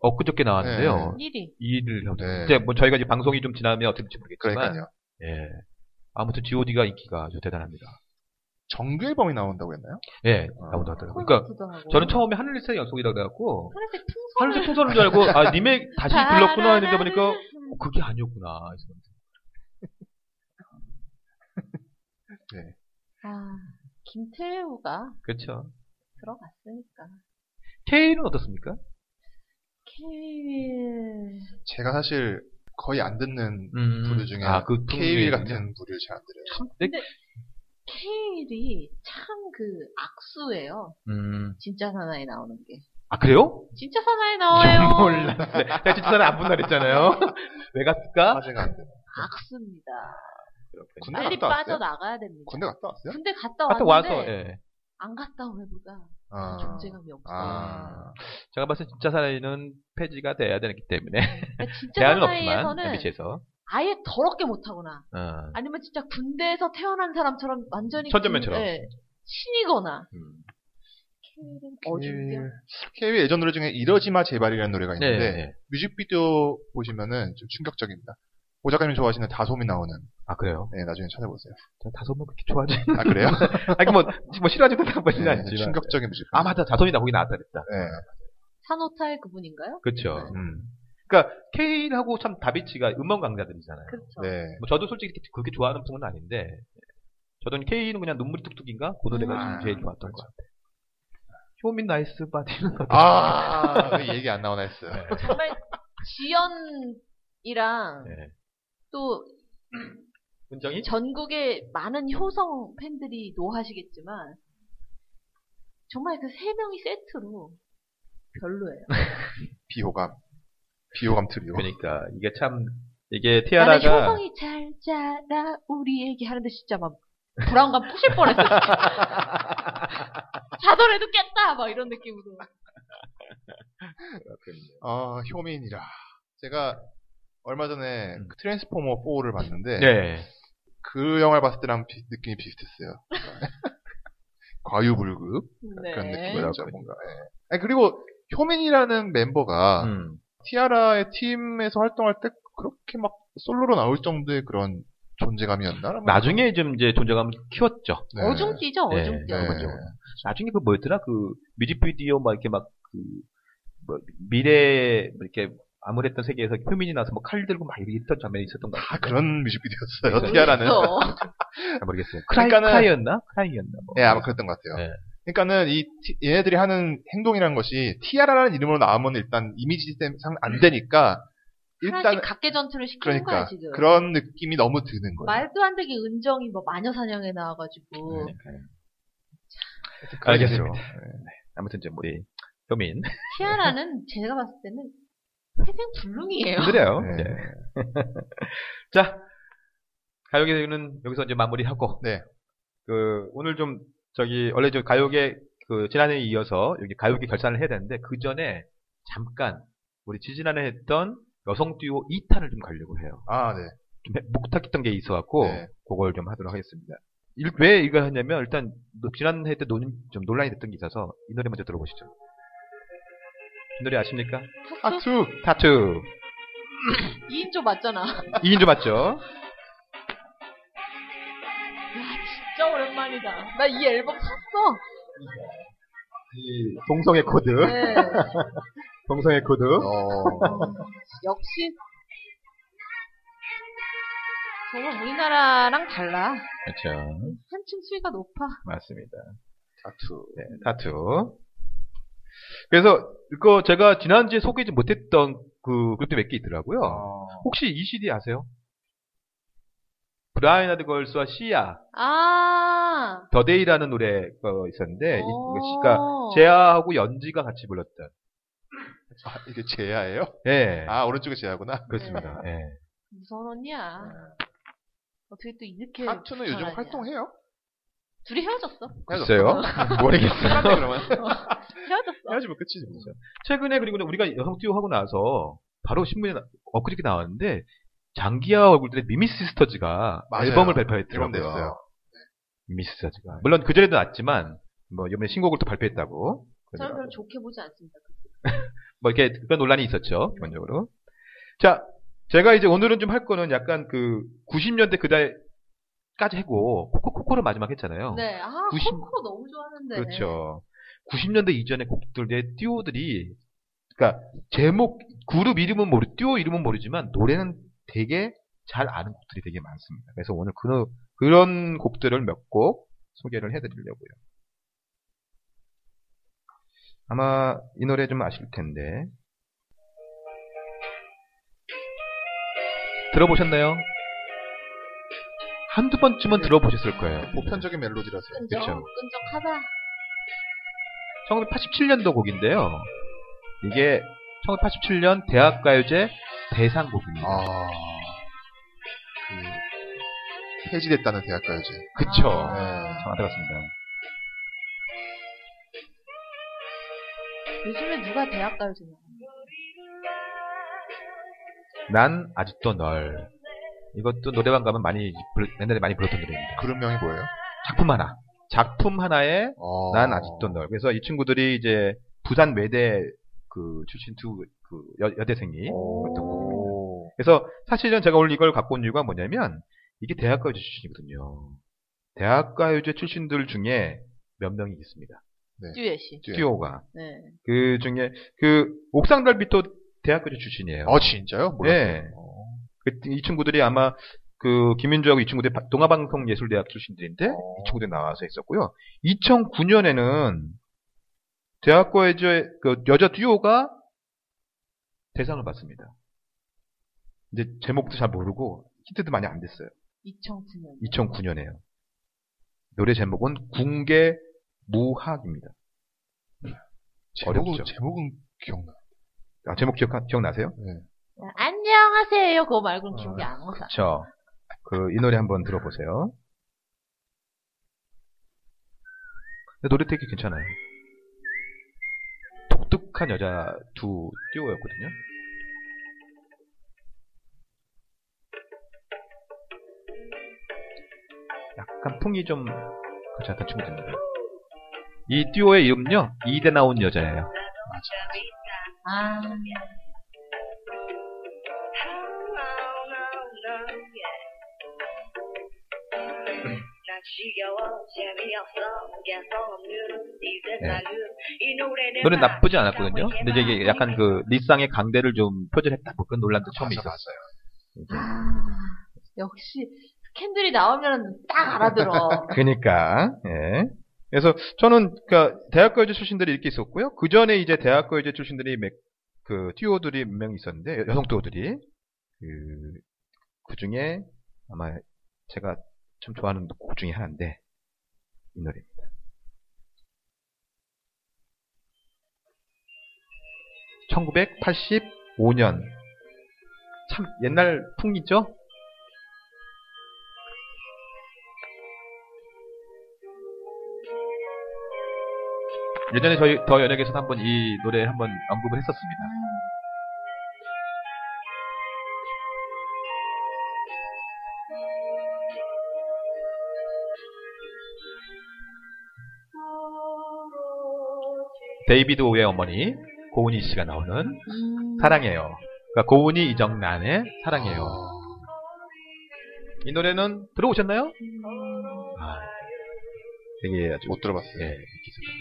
Speaker 3: 엊그저께 나왔는데요.
Speaker 2: 일위
Speaker 3: 이를
Speaker 4: 네.
Speaker 3: 이제 뭐 저희가 이제 방송이 좀 지나면 어떻게 될지 모르겠지만,
Speaker 4: 그러니까요.
Speaker 3: 예. 아무튼 G.O.D가 인기가 아주 대단합니다.
Speaker 4: 정규 앨범이 나온다고 했나요?
Speaker 3: 예,
Speaker 4: 아.
Speaker 3: 나온다 하더라고요. 그러니까
Speaker 2: 콘서트도 하고.
Speaker 3: 저는 처음에 하늘색 약속이라고 해갖고
Speaker 2: 하늘색 풍선.
Speaker 3: 하늘색 풍선인 줄 알고 아 님의 다시 불렀구나 했는데 보니까 어, 그게 아니었구나. 그래서
Speaker 2: 아, 김태우가
Speaker 3: 그렇죠.
Speaker 2: 들어갔으니까.
Speaker 3: K는 어떻습니까?
Speaker 2: 케일.
Speaker 4: 제가 사실 거의 안 듣는
Speaker 3: 음,
Speaker 4: 부류 중에
Speaker 3: 아, 그
Speaker 4: K-윌
Speaker 3: 부류군요.
Speaker 4: 같은 부류를 잘 안 들어요.
Speaker 2: 케일이 참 그 악수예요.
Speaker 3: 음.
Speaker 2: 진짜 사나이 나오는 게.
Speaker 3: 아 그래요?
Speaker 2: 진짜 사나이 나와요.
Speaker 3: *laughs* 몰랐어요. 내가 진짜 사람 안 본다 그랬잖아요. *laughs* 왜 갔을까?
Speaker 4: 화제가 안 돼요.
Speaker 2: 악수입니다.
Speaker 4: 군대
Speaker 2: 빨리
Speaker 4: 갔다 왔어요?
Speaker 2: 빠져나가야 됩니다.
Speaker 3: 아, 네.
Speaker 4: 군대 갔다 왔어요?
Speaker 2: 군대 갔다
Speaker 3: 갔다
Speaker 2: 왔는데
Speaker 3: 와서 예.
Speaker 2: 안 갔다 온 애보다
Speaker 4: 아.
Speaker 2: 존재감이 없어요.
Speaker 4: 아.
Speaker 3: 제가 봤을 때 진짜 사나이는 폐지가 돼야 되기
Speaker 4: 네.
Speaker 3: 때문에
Speaker 2: 그러니까 진짜
Speaker 3: 대안은 없지만
Speaker 2: 사나이에서는
Speaker 3: MBC에서 어.
Speaker 2: 아예 더럽게 못하거나 아니면 진짜 군대에서 태어난 사람처럼 완전히
Speaker 3: 천재맨처럼.
Speaker 2: 군- 예, 신이거나
Speaker 4: 음.
Speaker 2: 어중병
Speaker 4: K 예전 노래 중에 이러지마 제발이라는 노래가
Speaker 3: 네,
Speaker 4: 있는데
Speaker 3: 네.
Speaker 4: 뮤직비디오 보시면은 좀 충격적입니다. 오 작가님이 좋아하시는 다솜이 나오는
Speaker 3: 아 그래요?
Speaker 4: 네, 나중에 찾아보세요.
Speaker 3: 제가 다섯 번 그렇게 좋아하지?
Speaker 4: 아 *laughs* 그래요?
Speaker 3: 아니 뭐, 뭐 싫어하지도 않지는
Speaker 4: 네,
Speaker 3: 않지만
Speaker 4: 충격적인 뮤직.
Speaker 3: 아 맞다 자손이 나거기 나왔다 그랬다.
Speaker 4: 네.
Speaker 2: 산호타의 그분인가요?
Speaker 3: 그렇죠.
Speaker 4: 네.
Speaker 3: 음. 그러니까 케인하고 참 다비치가 음원 강자들이잖아요.
Speaker 2: 그렇죠.
Speaker 4: 네.
Speaker 3: 뭐 저도 솔직히 그렇게 좋아하는 분은 아닌데 저도 케인은 그냥 눈물이 뚝뚝인가 그 노래가
Speaker 4: 음.
Speaker 3: 좀 제일 좋았던 것 같아요. 효민 나이스 바디는
Speaker 4: 아, 네. 왜 얘기 안 나오나 했어요.
Speaker 2: 정말 지연이랑
Speaker 3: 네. *laughs*
Speaker 2: 또
Speaker 3: 문정이
Speaker 2: 전국의 많은 효성 팬들이 노하시겠지만 정말 그 세 명이 세트로 별로예요.
Speaker 4: 비호감. 비호감 트리오.
Speaker 3: 그러니까 이게 참 이게
Speaker 2: 나는
Speaker 3: 티아라가
Speaker 2: 효성이 잘 자라 우리에게 하는데 진짜 막 브라운관 부실
Speaker 4: *laughs*
Speaker 2: 뻔했어. 자더라도 깼다 막 이런 느낌으로.
Speaker 4: 아, 효민이라. 제가 얼마 전에
Speaker 3: 음.
Speaker 4: 그 트랜스포머 4를 봤는데
Speaker 3: 네.
Speaker 4: 그 영화를 봤을 때랑 비- 느낌이
Speaker 3: *laughs*
Speaker 4: 비슷했어요. 과유불급
Speaker 2: 네.
Speaker 4: 그런
Speaker 3: 그렇죠.
Speaker 4: 느낌이라서 뭔가. 예. 아니, 그리고 효민이라는 멤버가
Speaker 3: 음.
Speaker 4: 티아라의 팀에서 활동할 때 그렇게 막 솔로로 나올 정도의 그런 존재감이었나?
Speaker 3: 나중에 좀 이제 존재감을 키웠죠.
Speaker 4: 네.
Speaker 2: 어중뛰죠
Speaker 3: 네.
Speaker 2: 어중뛰어.
Speaker 4: 네.
Speaker 3: 그거죠. 나중에 그 뭐였더라? 그 뮤직비디오 막 이렇게 막 그 미래 뭐 이렇게 암울했던 세계에서 효민이 나서 뭐 칼 들고 막 이렇게 했던 장면이 있었던 것
Speaker 4: 다
Speaker 3: 같아요.
Speaker 4: 그런 뮤직비디오였어요.
Speaker 3: 네.
Speaker 4: 티아라는.
Speaker 2: 그렇죠.
Speaker 3: 잘 모르겠어요. 크라이,
Speaker 4: 그러니까는-
Speaker 3: 크라이였나? 크라이였나? 뭐.
Speaker 4: 예, 아마 그랬던 것 같아요.
Speaker 3: 네.
Speaker 4: 그러니까는 이 티- 얘네들이 하는 행동이라는 것이 티아라라는 이름으로 나오면 일단 이미지 상 안
Speaker 3: 음.
Speaker 4: 되니까
Speaker 2: 일단
Speaker 4: *laughs* 일단
Speaker 2: 각계 전투를 시키는 거야
Speaker 4: 그러니까
Speaker 2: 지금.
Speaker 4: 그런 느낌이 너무 드는 거예요.
Speaker 2: 말도 안 되게 은정이 뭐 마녀 사냥에
Speaker 4: 네.
Speaker 2: 나와가지고
Speaker 4: 그런
Speaker 3: 알겠습니다. 네.
Speaker 4: 식으로.
Speaker 3: 아무튼 이제 우리 효민
Speaker 2: 티아라는 제가 봤을 때는 회생 불능이에요.
Speaker 3: 그래요.
Speaker 4: 네.
Speaker 3: 네. *laughs* 자 가요계는 여기서 이제 마무리하고
Speaker 4: 네.
Speaker 3: 그 오늘 좀 저기 원래 저 가요계 그 지난해에 이어서 여기 가요계 결산을 해야 되는데 그 전에 잠깐 우리 지지난해 했던 여성 듀오 2탄을 좀 가려고 해요.
Speaker 4: 아, 네.
Speaker 3: 좀 해- 못했던 게 있어갖고
Speaker 4: 네.
Speaker 3: 그걸 좀 하도록 하겠습니다. 일- 왜 이걸 하냐면 일단 노- 지난해 때 논, 좀 논란이 됐던 게 있어서 이 노래 먼저 들어보시죠. 이 노래 아십니까?
Speaker 2: 아,
Speaker 4: 하투.
Speaker 3: 타투
Speaker 2: 2인조 맞잖아. 야,
Speaker 3: 2인조 맞죠?
Speaker 2: 진짜 오랜만이다. 나 이 앨범 샀어.
Speaker 3: 이 동성애 코드
Speaker 2: 네.
Speaker 3: 동성애 코드
Speaker 4: 어.
Speaker 2: 역시 정말 우리나라랑 달라.
Speaker 3: 그렇죠
Speaker 2: 한층 수위가 높아.
Speaker 3: 맞습니다
Speaker 4: 하투.
Speaker 3: 네, 타투 그래서 이거 제가 지난주에 소개하지 못했던 그 그룹도 몇 개 있더라고요
Speaker 4: 어.
Speaker 3: 혹시 이 CD 아세요? 브라이언 아드걸스와 시아
Speaker 2: 아. 어,
Speaker 3: 더데이라는 노래가 있었는데 네, 이-
Speaker 4: 어.
Speaker 2: 오.
Speaker 3: 이거 시가 그러니까 제아하고 연지가 같이 불렀던
Speaker 4: 아, 이게 제야예요?
Speaker 3: 예
Speaker 4: 아, 오른쪽이 제야구나.
Speaker 3: 그렇습니다 예.
Speaker 2: 무서운 언니야.
Speaker 3: 네.
Speaker 2: 어떻게 또 이렇게
Speaker 4: 하투는 요즘
Speaker 2: 잘하냐.
Speaker 4: 활동해요?
Speaker 2: 둘이 헤어졌어.
Speaker 3: 글쎄요 *laughs* 모르겠어요
Speaker 4: 끝났네, 그러면.
Speaker 2: 헤어졌어.
Speaker 4: 헤어지면 끝이지. 뭐.
Speaker 3: 최근에 그리고 이제 우리가 여성 듀오 하고 나서 바로 신문에 나- 엊그저께 나왔는데 장기하 얼굴들의 미미 시스터즈가
Speaker 4: 맞아요.
Speaker 3: 앨범을
Speaker 4: 앨범
Speaker 3: 발표했더라고요.
Speaker 4: 냈어요. 네.
Speaker 3: 미미 시스터즈가 물론 그 전에도 나왔지만 뭐 이번에 신곡을 또 발표했다고.
Speaker 2: 저는 별로
Speaker 3: 그러더라고요.
Speaker 2: 좋게 보지 않습니다.
Speaker 3: 뭐 이렇게 그런 논란이 있었죠 기본적으로. 자, 제가 이제 오늘은 좀 할 거는 약간 그 90년대 그달까지 했고 코코 코코를 마지막 했잖아요.
Speaker 2: 네. 아,
Speaker 3: 90
Speaker 2: 코코 너무 좋아하는데.
Speaker 3: 어, 그렇죠. 90년대 이전의 곡들의 듀오들이, 그러니까 제목, 그룹 이름은 모르, 듀오 이름은 모르지만 노래는 되게 잘 아는 곡들이 되게 많습니다. 그래서 오늘 그, 그런 곡들을 몇 곡 소개를 해드리려고요. 아마 이 노래 좀 아실 텐데. 들어보셨나요? 한두 번쯤은 들어보셨을 거예요.
Speaker 4: 보편적인 멜로디라서.
Speaker 2: 끈적,
Speaker 3: 그렇죠.
Speaker 2: 끈적하다.
Speaker 3: 1987년도 곡인데요. 이게 1987년 대학가요제 대상곡입니다.
Speaker 4: 아. 그, 아, 네. 해지됐다는 대학가요제.
Speaker 3: 그쵸.
Speaker 2: 아.
Speaker 3: 잘 들었습니다.
Speaker 2: 요즘에 누가 대학 가요, 지금.
Speaker 3: 난 아직도 널. 이것도 노래방 가면 많이 불- 옛날에 많이 불렀던 노래입니다.
Speaker 4: 그런 명이 뭐예요?
Speaker 3: 작품 하나. 작품 하나에
Speaker 4: 어.
Speaker 3: 난 아직도 널. 그래서 이 친구들이 이제 부산 외대 그 출신 두 그 여대생이
Speaker 4: 오.
Speaker 3: 어떤 곡입니다. 그래서 사실은 제가 오늘 이걸 갖고 온 이유가 뭐냐면 이게 대학가요제 출신이거든요. 대학가요제 출신들 중에 몇 명이 있습니다.
Speaker 2: 듀엣이.
Speaker 4: 듀엣.
Speaker 3: 듀오가
Speaker 2: 네.
Speaker 3: 그 중에 그 옥상달빛도 대학가요제 출신이에요.
Speaker 4: 어, 진짜요? 몰랐어요.
Speaker 3: 예.
Speaker 4: 어.
Speaker 3: 그- 이 친구들이 아마 그 김민주하고 이 친구들이 바- 동아방송예술대학 출신들인데
Speaker 4: 어.
Speaker 3: 이 친구들이 나와서 했었고요. 2009년에는 대학교의 그 여자 듀오가 대상을 받습니다. 이제 제목도 잘 모르고 히트도 많이 안 됐어요.
Speaker 2: 2009년.
Speaker 3: 2009년에요. 노래 제목은 궁계 무학입니다.
Speaker 4: 제목은,
Speaker 3: 어렵죠.
Speaker 4: 제목은 기억나. 예.
Speaker 3: 아, 제목 기억 기억나세요?
Speaker 2: 네, 안녕하세요. 그거 말고는 기억이
Speaker 4: 아,
Speaker 2: 안 나.
Speaker 3: 그렇죠. 그 이 노래 한번 들어보세요. 근데 노래 되게 괜찮아요. 독특한 여자 두 듀오였거든요. 약간 풍이 좀 괜찮다 친구들입니다. 이 듀오의 이름요 이대 나온 여자예요.
Speaker 2: 아,
Speaker 3: 노래 나쁘지 않았거든요. 근데 이제 이게 약간 그 리쌍의 강대를 좀 표절했다. 뭐 그런 논란도 처음
Speaker 4: 맞아,
Speaker 3: 있었어요.
Speaker 2: 아, 역시 스캔들이 나오면 딱
Speaker 3: *laughs*
Speaker 2: 알아들어.
Speaker 3: 그니까, 예. 그래서 저는, 그니까, 대학교제 출신들이 이렇게 있었고요. 그 전에 이제 대학교제 출신들이 몇, 그, 듀오들이 몇 명 있었는데, 여- 여성 듀오들이. 그, 그 중에 아마 제가 참 좋아하는 곡 중에 하나인데, 이 노래입니다. (1985년) 참 옛날 풍이죠 예전에 저희 더 연예계에서 한번 이 노래 한번 언급을 했었습니다. 데이비드 오의 어머니 고은희 씨가 나오는
Speaker 2: 음.
Speaker 3: 사랑해요. 그러니까 고은희 이정란의 사랑해요.
Speaker 4: 어.
Speaker 3: 이 노래는 들어오셨나요?
Speaker 2: 음.
Speaker 3: 아, 되게 아주
Speaker 4: 못 들어봤어요.
Speaker 3: 예, 기습니다.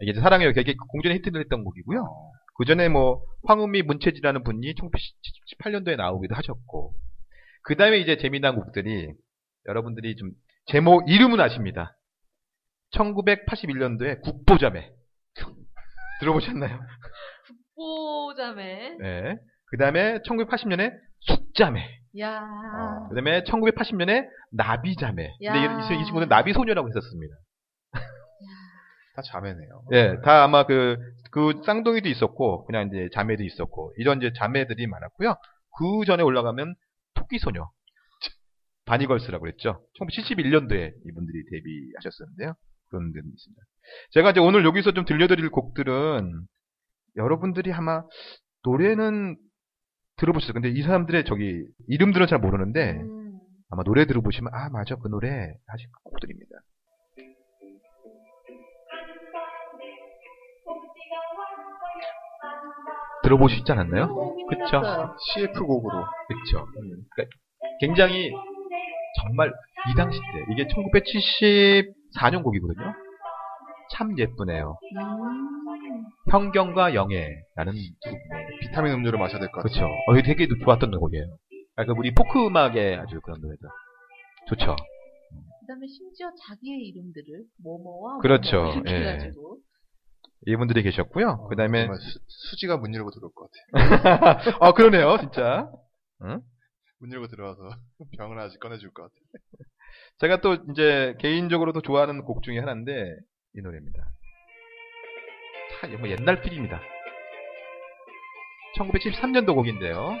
Speaker 3: 이게 이제 사랑해요. 이게 공전에 히트를 했던 곡이고요. 그 전에 뭐 황은미 문채지라는 분이 1918년도에 나오기도 하셨고, 그 다음에 이제 재미난 곡들이 여러분들이 좀 제목 이름은 아십니다. 1981년도에 국보자매 *laughs* 들어보셨나요?
Speaker 2: 보자매.
Speaker 3: 네. 그 다음에 1980년에 숙자매.
Speaker 2: 야.
Speaker 4: 아.
Speaker 3: 그 다음에 1980년에 나비자매. 근데 이-
Speaker 2: 야.
Speaker 3: 이 친구는 나비소녀라고 했었습니다.
Speaker 4: 다 자매네요.
Speaker 3: 예, 다 아마 그, 그 쌍둥이도 있었고, 그냥 이제 자매도 있었고, 이런 이제 자매들이 많았고요. 그 전에 올라가면 토끼소녀. *laughs* 바니걸스라고 그랬죠. 1971년도에 이분들이 데뷔하셨었는데요. 그런 데는 있습니다. 제가 이제 오늘 여기서 좀 들려드릴 곡들은 여러분들이 아마 노래는 들어보셨어요. 근데 이 사람들의 저기 이름들은 잘 모르는데
Speaker 2: 음.
Speaker 3: 아마 노래 들어보시면 아 맞아 그 노래 하실 곡들입니다. 들어보시지 않았나요? 그쵸?
Speaker 2: 힘들었어요.
Speaker 4: CF 곡으로.
Speaker 3: 그쵸. 음, 그러니까 굉장히 정말 이 당시 때 이게 1974년 곡이거든요. 참 예쁘네요.
Speaker 2: 음.
Speaker 3: 형경과 영애라는 두 분의
Speaker 4: 비타민 음료를 마셔야 될 것 같아요.
Speaker 3: 그렇죠. 어, 이거 되게 좋았던 곡이에요. 그러니까 우리 포크 음악의 아주 그런 노래들. 좋죠.
Speaker 2: 그다음에 심지어 자기의 이름들을 뭐뭐와
Speaker 3: 그렇죠.
Speaker 2: 뭐뭐 이렇게
Speaker 3: 예.
Speaker 2: 해가지고
Speaker 3: 이분들이 계셨고요. 그 다음에
Speaker 4: 정말 수, 수지가 문 열고 들어올 것 같아요.
Speaker 3: 아 그러네요, 진짜.
Speaker 4: 문 열고 들어와서 *laughs* 병을 하나씩 꺼내줄 것 같아요.
Speaker 3: 제가 또 이제 개인적으로도 좋아하는 곡 중에 하나인데 이 노래입니다. 참 이거 뭐 옛날 필입니다. 1973년도 곡인데요.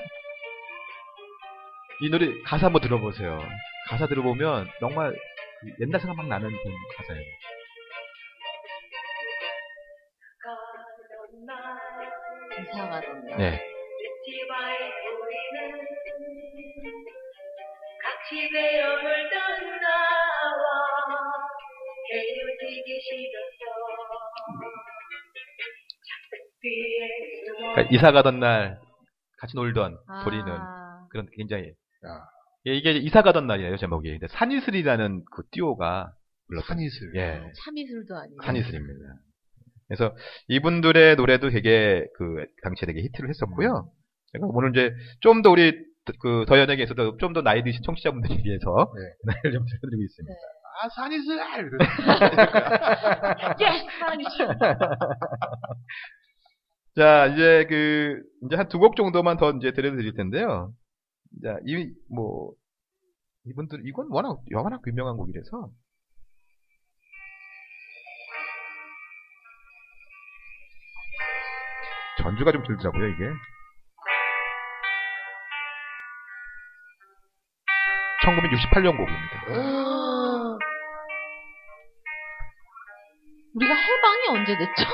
Speaker 3: 이 노래 가사 한번 들어보세요. 가사 들어보면 정말 그 옛날 생각 막 나는 그런 가사예요. 아.
Speaker 2: 이상하군요.
Speaker 3: 네. 그러니까 이사 가던 날 같이 놀던
Speaker 2: 아,
Speaker 3: 도리는 그런 굉장히
Speaker 4: 야.
Speaker 3: 예, 이게 이사 가던 날이에요 제목이. 근데 산이슬이라는 그 듀오가 불렀던
Speaker 4: 산이슬.
Speaker 3: 예
Speaker 2: 참이슬도 아니고.
Speaker 3: 산이슬입니다. 그래서 이분들의 노래도 되게 그 당시에 되게 히트를 했었고요. 제가 오늘 이제 좀 더 우리 그 더연에게 있어서 좀 더 나이 드신 청취자분들에 위해서
Speaker 4: 네.
Speaker 3: *laughs* 나이를 좀 들려드리고 있습니다.
Speaker 4: 아, 산이슬! 이러면서.
Speaker 3: *laughs*
Speaker 2: 예, 산이슬.
Speaker 3: 자, 이제 그, 이제 한 두 곡 정도만 더 이제 들려드릴 텐데요. 자, 이, 뭐, 이분들, 이건 워낙, 워낙 유명한 곡이라서. 전주가 좀 들더라고요, 이게. 1968년 곡입니다.
Speaker 2: 우리가 해방이 언제 됐죠?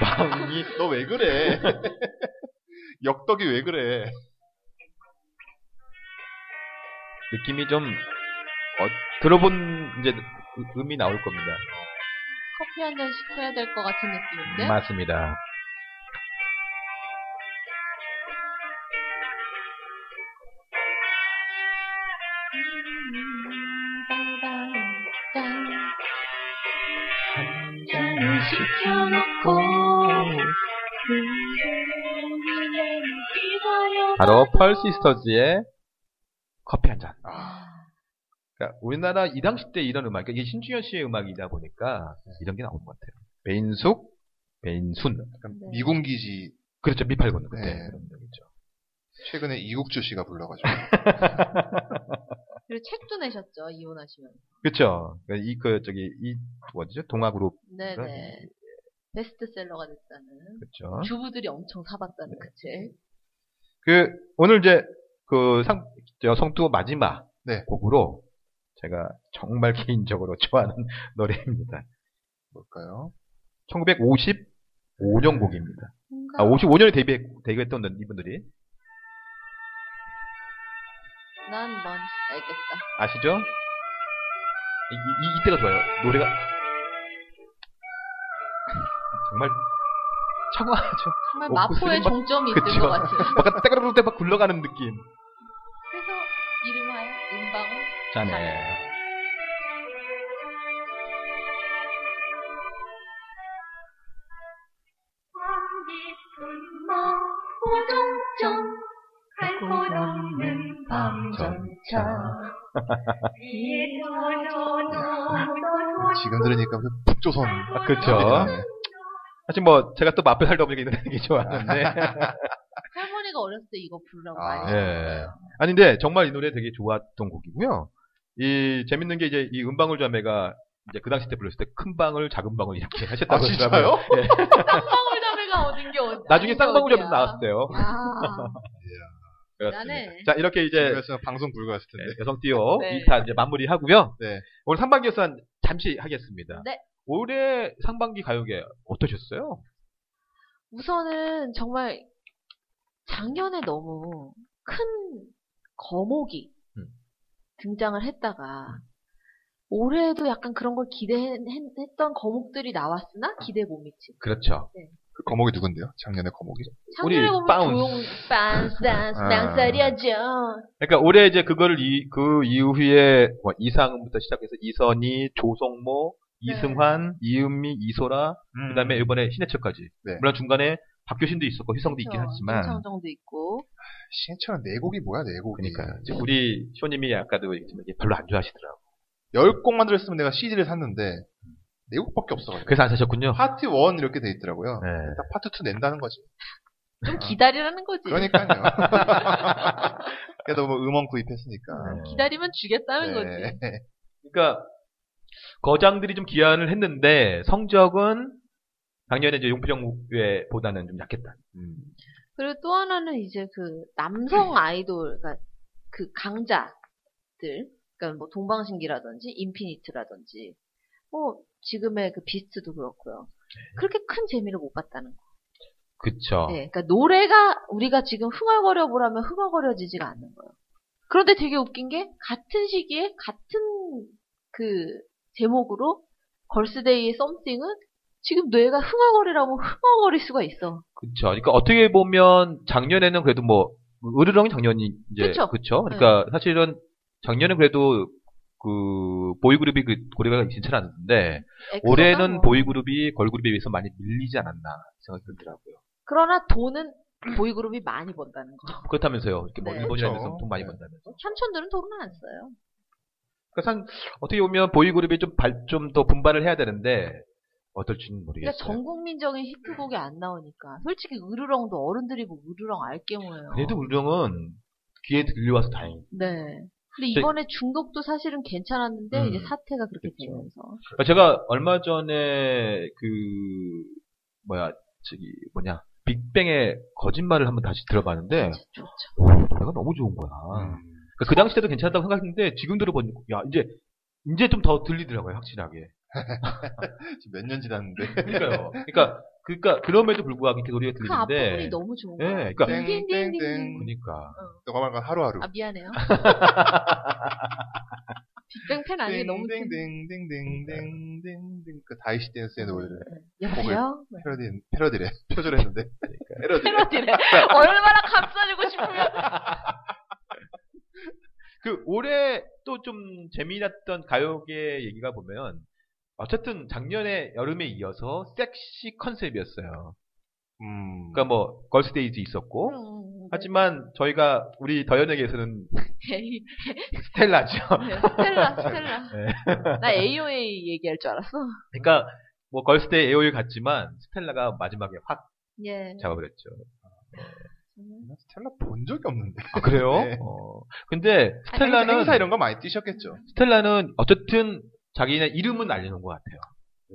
Speaker 3: 마음이,
Speaker 4: 너 왜
Speaker 3: *laughs*
Speaker 4: 그래? 역덕이 왜 그래?
Speaker 3: 느낌이 좀, 어, 들어본 이제 음이 나올 겁니다.
Speaker 2: 커피 한 잔 시켜야 될 것 같은 느낌인데?
Speaker 3: 맞습니다. 바로 펄 시스터즈의 커피 한 잔. 그러니까 우리나라 이 당시 때 이런 음악, 그러니까 이게 신중현 씨의 음악이다 보니까 이런 게 나오는 것 같아요. 메인숙, 메인순.
Speaker 2: 네.
Speaker 4: 미군기지
Speaker 3: 그렇죠. 미팔군 그때
Speaker 4: 네.
Speaker 3: 그런 음악이죠.
Speaker 4: 최근에 이국주 씨가 불러가지고
Speaker 2: 그리고 책도 내셨죠, 이혼하시면.
Speaker 3: 그렇죠. 그러니까 이 그 저기 이 뭐죠? 동아 그룹
Speaker 2: 네네. 베스트셀러가 됐다는.
Speaker 3: 그렇죠.
Speaker 2: 주부들이 엄청 사봤다는 그
Speaker 3: 네.
Speaker 2: 책.
Speaker 3: 그 오늘 이제 그상 여성투 마지막
Speaker 4: 네.
Speaker 3: 곡으로 제가 정말 *laughs* 개인적으로 좋아하는 *laughs* 노래입니다.
Speaker 4: 뭘까요?
Speaker 3: 1955년 곡입니다.
Speaker 2: 뭔가
Speaker 3: 아, 55년에 데뷔했, 데뷔했던 이분들이
Speaker 2: 난넌 알겠다.
Speaker 3: 아시죠? 이, 이, 때가 좋아요. 노래가 *laughs* 정말 차가워하죠.
Speaker 2: 정말
Speaker 3: 먹고
Speaker 2: 마포의
Speaker 3: 쓰는 맛-
Speaker 2: 종점이 있는
Speaker 3: 어, 그 그쵸.
Speaker 2: 것 같은.
Speaker 3: 약간 떼가르르 떼박 굴러가는 느낌.
Speaker 2: 그래서 이름하여 은방울
Speaker 3: 자네. 아,
Speaker 4: 지금 들으니까 무슨 북조선
Speaker 3: 아, 그쵸. 사실 뭐 제가 또 마포 살다 보니까 이런 얘기
Speaker 4: 네.
Speaker 3: 좋아하는데.
Speaker 2: 할머니가 어렸을 때 이거 부르라고
Speaker 4: 아,
Speaker 2: 많이
Speaker 3: 예.
Speaker 2: 했어요.
Speaker 3: 아니, 근데 정말 이 노래 되게 좋았던 곡이고요. 이, 재밌는 게 이제 이 은방울 자매가 이제 그 당시 때 불렀을 때 큰 방울, 작은 방울 이렇게
Speaker 4: 아
Speaker 3: 하셨다고
Speaker 4: 진짜요?
Speaker 2: 쌍방울 자매가 얻은 게 어디?
Speaker 3: 나중에
Speaker 2: 아닌
Speaker 3: 쌍방울
Speaker 2: 게
Speaker 3: 자매도
Speaker 2: 어디야.
Speaker 3: 나왔어요.
Speaker 2: 아,
Speaker 3: 그렇습니다.
Speaker 2: 나네.
Speaker 3: 자, 이렇게 이제
Speaker 4: 그래서 방송 불가했을 텐데.
Speaker 3: 네, 여성 띠오
Speaker 2: 네.
Speaker 3: 2타 이제 마무리 하고요.
Speaker 4: 네.
Speaker 3: 오늘 상반기 예산 잠시 하겠습니다.
Speaker 2: 네.
Speaker 3: 올해 상반기 가요계 어떠셨어요?
Speaker 2: 우선은 정말 작년에 너무 큰 거목이
Speaker 3: 음.
Speaker 2: 등장을 했다가 올해도 약간 그런 걸 기대했던 거목들이 나왔으나 기대 못 미친. 네.
Speaker 3: 그렇죠.
Speaker 4: 그 거목이 누군데요? 작년에 거목이.
Speaker 3: 우리
Speaker 2: 작년에 보면
Speaker 3: 바운스.
Speaker 2: 조용 바운스 바운스
Speaker 4: 아.
Speaker 2: 바운스 아리아죠.
Speaker 3: 그러니까 올해 이제 그거를 이, 그 이후에 뭐 이상부터 시작해서 이선희, 조성모,
Speaker 2: 네.
Speaker 3: 이승환, 이은미, 이소라, 그다음에 이번에 신해철까지.
Speaker 4: 네.
Speaker 3: 물론 중간에 박교신도 있었고 휘성도 있긴
Speaker 2: 그렇죠.
Speaker 3: 하지만
Speaker 2: 정청정도 있고
Speaker 4: 신해철은 네 곡이 뭐야 네 곡이.
Speaker 3: 그러니까 지금 우리 쇼님이 아까도 얘기했지만 이게 별로 안 좋아하시더라고.
Speaker 4: 열 곡만 들었으면 내가 CD를 샀는데 네 곡밖에 없어가지고.
Speaker 3: 음. 그래서 안 사셨군요.
Speaker 4: 파트 1 이렇게 돼 있더라고요.
Speaker 3: 네.
Speaker 4: 딱 파트 2 낸다는 거지.
Speaker 2: 좀 기다리라는 거지.
Speaker 3: *laughs*
Speaker 4: 그러니까요. 그래도 뭐 음원 구입했으니까.
Speaker 3: 네.
Speaker 2: 기다리면 주겠다는 거지.
Speaker 4: 네.
Speaker 3: 그러니까 거장들이 좀 기한을 했는데 성적은 작년에 이제 용평외보다는 좀 약했다.
Speaker 4: 음.
Speaker 2: 그리고 또 하나는 이제 그
Speaker 3: 음.
Speaker 2: 남성 아이돌, 그러니까 그 강자들, 그러니까 뭐 동방신기라든지 인피니트라든지,
Speaker 3: 네.
Speaker 2: 뭐 지금의 그 비스트도 그렇고요. 그렇게 큰 재미를 못 봤다는 거.
Speaker 3: 그쵸.
Speaker 2: 네, 그러니까 노래가 우리가 지금 흥얼거려 보라면 흥얼거려지지가 않는 거예요. 그런데 되게 웃긴 게 같은 시기에 같은 그 제목으로 걸스데이의 썸띵은 지금 뇌가 흥얼거리라고 *laughs* 흥얼거릴 수가 있어.
Speaker 3: 그쵸. 그러니까 어떻게 보면 작년에는 그래도 뭐 으르렁이 작년이 이제
Speaker 2: 그쵸. 네.
Speaker 3: 그쵸. 그러니까 사실은 작년은 그래도 그 보이그룹이 그 고래가 괜찮지 않았는데
Speaker 2: 엑소가
Speaker 3: 올해는
Speaker 2: 뭐.
Speaker 3: 보이그룹이 걸그룹에 비해서 많이 밀리지 않았나 생각이 들더라고요.
Speaker 2: 그러나 돈은 *clears throat* 보이그룹이 많이 번다는 거.
Speaker 3: 그렇다면서요. 이렇게 뭐
Speaker 2: 네.
Speaker 3: 일본이라면서
Speaker 4: 그쵸.
Speaker 3: 돈 많이
Speaker 4: 네.
Speaker 3: 번다면서.
Speaker 2: 삼촌들은 돈은 안 써요.
Speaker 3: 그러니까 상 어떻게 보면 보이그룹이 좀좀 더 분발을 해야 되는데 어떨지는
Speaker 2: 그러니까
Speaker 3: 모르겠어요.
Speaker 2: 전 국민적인 히트곡이 안 나오니까. 솔직히 으르렁도 어른들이 보고 으르렁 알게 뭐예요.
Speaker 3: 그래도 울렁은 귀에 들려와서 다행.
Speaker 2: 네. 근데
Speaker 3: 저-
Speaker 2: 이번에 중독도 사실은 괜찮았는데
Speaker 3: 음.
Speaker 2: 이제 사태가 그렇게
Speaker 3: 그쵸.
Speaker 2: 되면서.
Speaker 3: 그러니까 제가 얼마 전에 그 뭐야 저기 뭐냐 빅뱅의 거짓말을 한번 다시 들어봤는데
Speaker 2: 진짜 좋죠. 그렇죠.
Speaker 3: 노래가 너무 좋은 거야.
Speaker 4: 음.
Speaker 3: 그러니까 그 당시 때도 괜찮다고 생각했는데 지금 들어보니까 야 이제 이제 좀 더 들리더라고요 확실하게.
Speaker 4: 몇 년 지났는데. *laughs*
Speaker 3: 그러니까요. 그러니까 그러니까 그럼에도 불구하고 이렇게 노래가
Speaker 2: 그 앞부분이
Speaker 3: 들리는데.
Speaker 2: 너무 좋은
Speaker 3: 예,
Speaker 2: 거야.
Speaker 3: 그러니까
Speaker 4: 땡땡땡.
Speaker 3: 그러니까
Speaker 4: 너가 말한 하루하루.
Speaker 2: 아
Speaker 3: *laughs*
Speaker 2: 미안해요. 빅뱅 팬 아니에요? 너무 팬.
Speaker 3: 네.
Speaker 4: 땡땡땡땡땡땡땡. 그 다이시 댄스의 노래를
Speaker 3: 어,
Speaker 2: 여보세요?
Speaker 4: 패러디 패러디래. *laughs* 표절했는데. 패러디.
Speaker 2: 네. 패러디래. 얼마나 감싸주고
Speaker 3: *laughs* 어.
Speaker 2: 싶으면.
Speaker 3: 그 올해 또 좀 재미났던 가요계 얘기가 보면 어쨌든 작년에 여름에 이어서 섹시 컨셉이었어요.
Speaker 4: 음.
Speaker 3: 그러니까 뭐 걸스데이즈 있었고
Speaker 2: 음,
Speaker 3: 하지만 저희가 우리 더연에게서는
Speaker 2: 에이,
Speaker 3: 스텔라죠. *laughs*
Speaker 2: 네, 스텔라, 스텔라.
Speaker 3: 네.
Speaker 2: 나 AOA 얘기할 줄 알았어.
Speaker 3: 그러니까 뭐 걸스데이 에오일 같지만 스텔라가 마지막에 확
Speaker 2: 예. 음.
Speaker 3: 잡아버렸죠.
Speaker 4: 나 스텔라 본 적이 없는데.
Speaker 3: 아, 그래요?
Speaker 4: 네.
Speaker 3: 어, 근데
Speaker 2: 아,
Speaker 4: 행사,
Speaker 3: 스텔라는
Speaker 4: 행사 이런 거 많이 뛰셨겠죠.
Speaker 3: 스텔라는 어쨌든 자기네 이름은 알리는 것 같아요.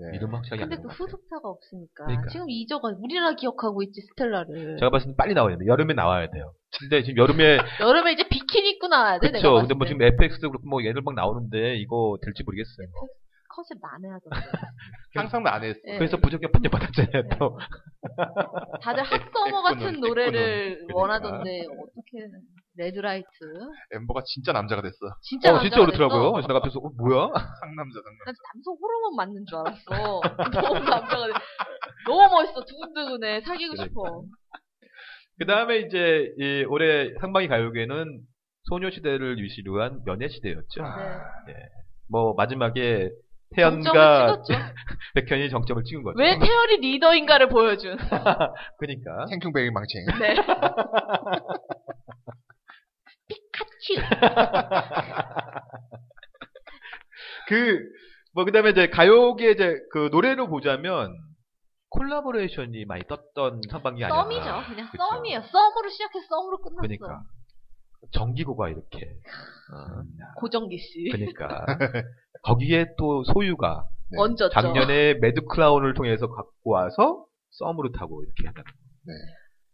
Speaker 4: 예.
Speaker 3: 네. 이름 확실하게
Speaker 2: 근데 그
Speaker 3: 알리는 것 같아요.
Speaker 2: 후속타가 없으니까.
Speaker 3: 그러니까.
Speaker 2: 지금 이적은 우리나 기억하고 있지, 스텔라를.
Speaker 3: 제가 봤을 때 빨리 나와야 돼요. 여름에 나와야 돼요. 근데 지금 여름에
Speaker 2: 여름에 이제 비키니 입고 나와야 돼, 아, 내가
Speaker 3: 그렇죠.
Speaker 2: 봤을
Speaker 3: 근데 뭐
Speaker 2: 때.
Speaker 3: 지금 FX도 그렇고 뭐 얘들 막 나오는데 이거 될지 모르겠어요.
Speaker 2: 그 컨셉 난해하던데.
Speaker 4: 항상 난해했어.
Speaker 2: 예.
Speaker 3: 네. 그래서 아, 부적격 판정받았잖아요.
Speaker 2: 네.
Speaker 3: 또
Speaker 2: 다들 핫서머
Speaker 4: 에코는,
Speaker 2: 같은 노래를
Speaker 3: 그러니까.
Speaker 4: 에코는.
Speaker 2: 원하던데, 어떻게, 레드라이트.
Speaker 4: 엠버가 진짜 남자가 됐어.
Speaker 2: 진짜
Speaker 3: 어, 진짜
Speaker 2: 남자가
Speaker 3: 그렇더라고요.
Speaker 2: 됐어.
Speaker 3: 그래서 나 앞에서 어, 뭐야? *laughs*
Speaker 4: 상남자 상남.
Speaker 2: 난 남성 호르몬 맞는 줄 알았어. *laughs* 너무 남자가 돼. 너무 멋있어. 두근두근해. 사귀고
Speaker 3: 그러니까.
Speaker 2: 싶어.
Speaker 3: 그 다음에 이제 이 올해 상반기 가요계는 소녀시대를 유시로 한 연애시대였죠.
Speaker 4: 아,
Speaker 3: 뭐 마지막에 아, 태연과
Speaker 2: 네. 정점을 찍었죠.
Speaker 3: 백현이 정점을 찍은 거죠.
Speaker 2: 왜 태열이 리더인가를
Speaker 3: *laughs*
Speaker 2: 보여준.
Speaker 3: 그러니까
Speaker 4: 행킹뱅이 망칭.
Speaker 2: 네. *laughs* 피카츄.
Speaker 3: 그 뭐 그다음에 이제 가요계 이제 그 노래로 보자면 콜라보레이션이 많이 떴던 상반기 아니야?
Speaker 2: 썸이죠. 그냥
Speaker 3: 그쵸.
Speaker 2: 썸이에요. 썸으로 시작해서 썸으로 끝났어.
Speaker 3: 그러니까 정기고가 이렇게.
Speaker 2: 아.
Speaker 3: 어,
Speaker 2: 고정기 씨.
Speaker 3: 그러니까 거기에 또 소유가
Speaker 4: 네.
Speaker 2: 얹었죠.
Speaker 3: 작년에 매드 크라운을 통해서 갖고 와서 썸으로 타고 이렇게 한다.
Speaker 4: 네.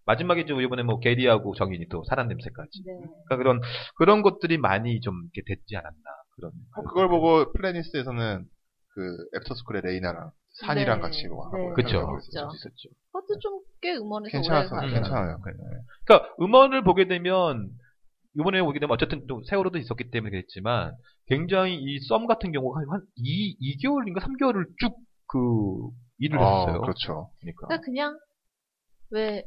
Speaker 3: 마지막에 좀 이번에 뭐 게리하고 정인이 또 사람 냄새까지.
Speaker 2: 네.
Speaker 3: 그러니까 그런 그런 것들이 많이 좀 이렇게 됐지 않았나 그런.
Speaker 4: 어, 그걸 보고 플래니스에서는 그 애프터스쿨의 레이나랑 산이랑
Speaker 2: 네.
Speaker 4: 같이 뭐 하고
Speaker 2: 네.
Speaker 3: 그쵸.
Speaker 4: 하고
Speaker 2: 진짜.
Speaker 4: 있었죠.
Speaker 3: 있었죠.
Speaker 2: 그것도 좀 꽤 음원에서
Speaker 4: 괜찮았어,
Speaker 2: 오래 가요.
Speaker 4: 괜찮아요.
Speaker 3: 그러니까 음원을 보게 되면 이번에 보게 되면 어쨌든 또 세월호도 있었기 때문에 그랬지만 굉장히 이 썸 같은 경우가 한 2, 2개월인가 3개월을 쭉 그 일을 했어요.
Speaker 4: 어, 그렇죠.
Speaker 3: 그러니까.
Speaker 2: 그러니까 그냥 왜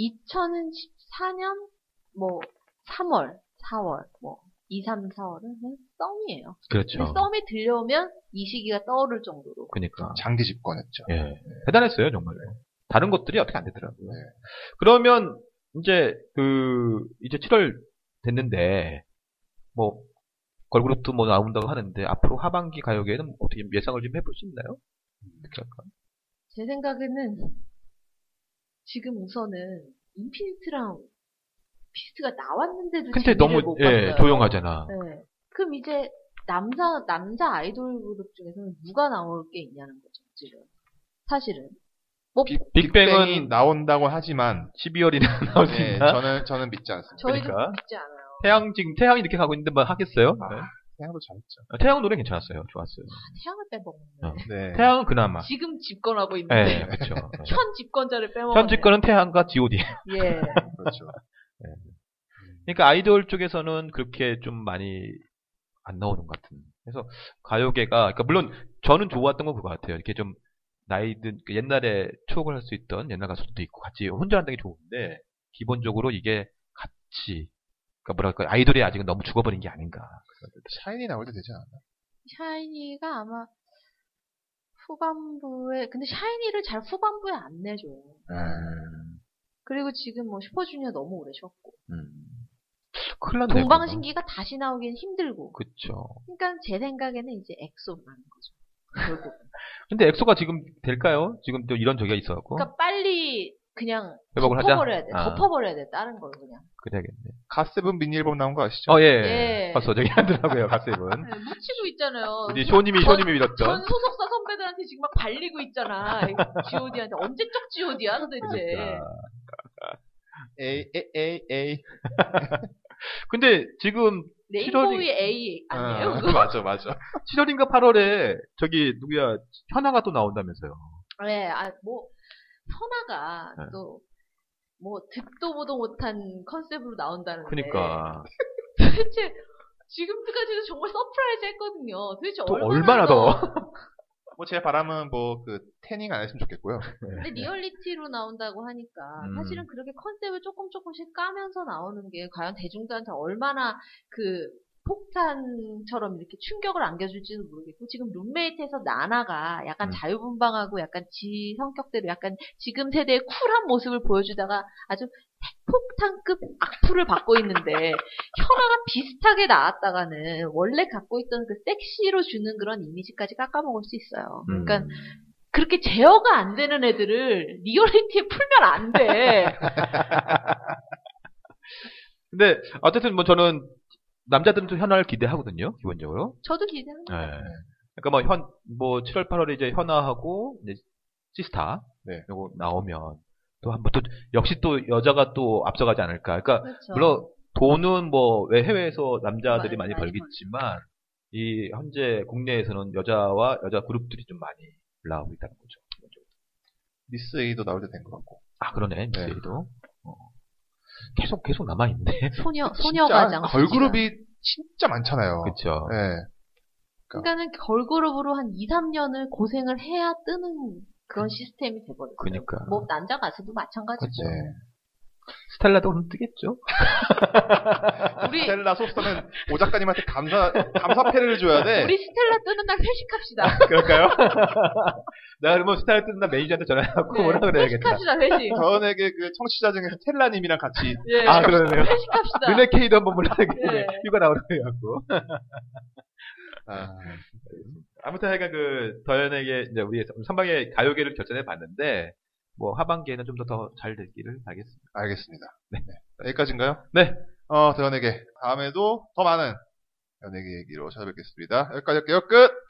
Speaker 2: 2014년 뭐 3월, 4월, 뭐 2, 3, 4월은 그냥 썸이에요. 근데
Speaker 3: 그렇죠.
Speaker 2: 썸이 들려오면 이 시기가 떠오를 정도로.
Speaker 3: 그러니까.
Speaker 4: 장기 집권했죠.
Speaker 3: 예. 대단했어요, 정말로. 다른 것들이 어떻게 안 되더라고요.
Speaker 4: 네.
Speaker 3: 그러면, 이제, 그, 이제 7월 됐는데, 뭐, 걸그룹도 뭐 나온다고 하는데, 앞으로 하반기 가요계는 어떻게 예상을 좀 해볼 수 있나요?
Speaker 4: 음.
Speaker 3: 어떻게 할까?
Speaker 2: 제 생각에는 지금 우선은 인피니트랑 피스트가 나왔는데도
Speaker 3: 근데
Speaker 2: 그 재미를
Speaker 3: 너무,
Speaker 2: 못
Speaker 3: 예,
Speaker 2: 봤어요.
Speaker 3: 조용하잖아.
Speaker 2: 네. 그럼 이제 남자 남자 아이돌 그룹 중에서는 누가 나올 게 있냐는 거죠 지금 사실은 뭐
Speaker 4: 빅-
Speaker 3: 빅뱅은 어,
Speaker 4: 빅뱅이 나온다고 하지만
Speaker 3: 12월이나 나올 수
Speaker 4: 네,
Speaker 3: 있나?
Speaker 4: 저는 저는 믿지 않습니다.
Speaker 2: 저희도
Speaker 3: 그러니까.
Speaker 2: 믿지 않아요.
Speaker 3: 태양, 지금 태양이 이렇게 가고 있는데 뭐 하겠어요?
Speaker 4: 아,
Speaker 3: 네.
Speaker 4: 태양도 잘했죠.
Speaker 3: 태양은 노래 괜찮았어요. 좋았어요.
Speaker 2: 태양을 빼먹었네.
Speaker 3: 어. *laughs*
Speaker 4: 네.
Speaker 3: 태양은 그나마.
Speaker 2: 지금 집권하고 있는데
Speaker 3: 예, 그렇죠. 예.
Speaker 2: 현 집권자를 빼먹었네.
Speaker 3: 현 집권은 태양과 GOD.
Speaker 2: 예.
Speaker 4: 그렇죠.
Speaker 3: 그러니까 아이돌 쪽에서는 그렇게 좀 많이 안 나오는 것 같은. 그래서 가요계가 그러니까 물론 저는 좋았던 건 그거 같아요. 이렇게 좀 나이든 그 옛날에 추억을 할 수 있던 옛날 가수들도 있고 같이 혼자 한다는 게 좋은데 기본적으로 이게 같이 그러니까 뭐랄까 아이돌이 아직은 너무 죽어버린 게 아닌가.
Speaker 4: 샤인이 나올 때 되지 않았나?
Speaker 2: 샤이니가 아마 후반부에 근데 샤이니를 잘 후반부에 안 내줘요.
Speaker 3: 네.
Speaker 2: 그리고 지금 뭐 슈퍼주니어 너무 오래 쉬었고
Speaker 3: 음. 큰일 났네.
Speaker 2: 동방신기가 다시 나오긴 힘들고
Speaker 3: 그렇죠.
Speaker 2: 그러니까 제 생각에는 이제 엑소만 하는 거죠. 결국.
Speaker 3: 근데 엑소가 지금 될까요? 지금 또 이런 저기가 있어갖고
Speaker 2: 그러니까 빨리 그냥
Speaker 3: 회복을 하자?
Speaker 2: 덮어버려야 돼.
Speaker 3: 아.
Speaker 2: 덮어버려야 돼. 다른 걸 그냥.
Speaker 3: 그래야겠네.
Speaker 4: 가세븐 미니 앨범 나온 거 아시죠?
Speaker 3: 어 예.
Speaker 2: 예.
Speaker 3: 봤어 저기
Speaker 2: *laughs*
Speaker 3: 하더라고요 가세븐.
Speaker 2: 네, 묻히고 있잖아요.
Speaker 3: 우리 쇼님이
Speaker 2: 전-
Speaker 3: 쇼님이
Speaker 2: 전
Speaker 3: 믿었던.
Speaker 2: 소속사 선배들한테 지금 막 발리고 있잖아. GOD한테 언제적 GOD야 도대체.
Speaker 3: 그러니까.
Speaker 4: 에이 에이 에이 에이.
Speaker 3: 근데 지금
Speaker 2: 레인보우의 A 아니에요?
Speaker 4: 아, *laughs* 맞아 맞아.
Speaker 3: 7월인가 8월에 저기 누구야 현아가 또 나온다면서요.
Speaker 2: 네, 아, 뭐, 현아가
Speaker 3: 네.
Speaker 2: 또, 뭐, 듣도 보도 못한 컨셉으로 나온다는데.
Speaker 3: 그러니까
Speaker 2: 네. 도대체, 지금까지도 정말 서프라이즈 했거든요. 도대체
Speaker 3: 또
Speaker 2: 얼마나
Speaker 3: 얼마나 더?
Speaker 4: 뭐제 바람은 뭐 그 태닝 안 했으면 좋겠고요.
Speaker 2: 근데 리얼리티로 나온다고 하니까
Speaker 3: 네. 음.
Speaker 2: 사실은 그렇게 컨셉을 조금 조금씩 까면서 나오는 게 과연 대중들한테 얼마나 그 폭탄처럼 이렇게 충격을 안겨줄지도 모르겠고 지금 룸메이트에서 나나가 약간
Speaker 3: 음.
Speaker 2: 자유분방하고 약간 지 성격대로 약간 지금 세대의 쿨한 모습을 보여주다가 아주 핵폭탄급 악플을 받고
Speaker 3: *laughs*
Speaker 2: 있는데 현아가 비슷하게 나왔다가는 원래 갖고 있던 그 섹시로 주는 그런 이미지까지 깎아먹을 수 있어요. 그러니까
Speaker 3: 음.
Speaker 2: 그렇게 제어가 안 되는 애들을 리얼리티에 풀면 안
Speaker 3: *laughs*
Speaker 2: 돼.
Speaker 3: 근데 어쨌든 뭐 저는 남자들은 또 현아를 기대하거든요 기본적으로.
Speaker 2: 저도
Speaker 4: 네.
Speaker 2: 기대합니다.
Speaker 3: 그러니까 뭐 현 뭐 7월 8월에 이제 현아하고 이제 시스타
Speaker 4: 네.
Speaker 3: 요거 나오면 또 한번 또 역시 또 여자가 또 앞서가지 않을까. 그러니까
Speaker 2: 그렇죠.
Speaker 3: 물론 돈은 뭐 왜 해외에서 남자들이
Speaker 2: 많이
Speaker 3: 많이,
Speaker 2: 많이
Speaker 3: 벌겠지만 이 현재 국내에서는 여자와 여자 그룹들이 좀 많이 올라오고 있다는 거죠.
Speaker 4: 미스 A도 나올 때 된 것 같고.
Speaker 3: 아 그러네
Speaker 4: 네.
Speaker 3: 미스에도 어. 계속 계속 남아 있네.
Speaker 2: 소녀 소녀
Speaker 4: 진짜
Speaker 2: 가장
Speaker 4: 걸그룹이 진짜 많잖아요.
Speaker 3: 그렇죠.
Speaker 4: 네.
Speaker 2: 그러니까는 걸그룹으로 한 2, 3년을 고생을 해야 뜨는 그런 시스템이 돼버렸어요.
Speaker 3: 그러니까.
Speaker 2: 뭐 남자 가수도 마찬가지죠.
Speaker 4: 네.
Speaker 3: 스텔라도 오늘 뜨겠죠?
Speaker 2: 우리
Speaker 3: 아,
Speaker 4: 스텔라 소스는
Speaker 2: *laughs*
Speaker 4: 오 작가님한테 감사 감사패를 줘야 돼.
Speaker 2: 우리 스텔라 뜨는 날 회식합시다.
Speaker 3: 그럴까요? 나 그러면 스텔라 뜨는 날 매니저한테 전화하고
Speaker 2: 네,
Speaker 3: *laughs* 뭐라 그래야겠다.
Speaker 2: 회식합시다 회식.
Speaker 4: 저에게 그 청취자 중에서 스텔라님이랑 같이
Speaker 2: 예,
Speaker 3: 아 그러네요.
Speaker 2: 회식합시다.
Speaker 3: 눈에 케이도 한번 몰라야겠네.
Speaker 2: 네.
Speaker 3: 휴가 나오라고 해갖고.
Speaker 4: 아,
Speaker 3: 아무튼 하여간 그, 더현에게, 이제 우리 선방의 가요계를 결전해 봤는데, 뭐 하반기에는 좀 더 잘 됐기를 바라겠습니다.
Speaker 4: 알겠습니다. 네. 여기까지인가요?
Speaker 3: 네.
Speaker 4: 어, 대연에게 다음에도 더 많은 연예계 얘기로 찾아뵙겠습니다. 여기까지 할게요. 끝!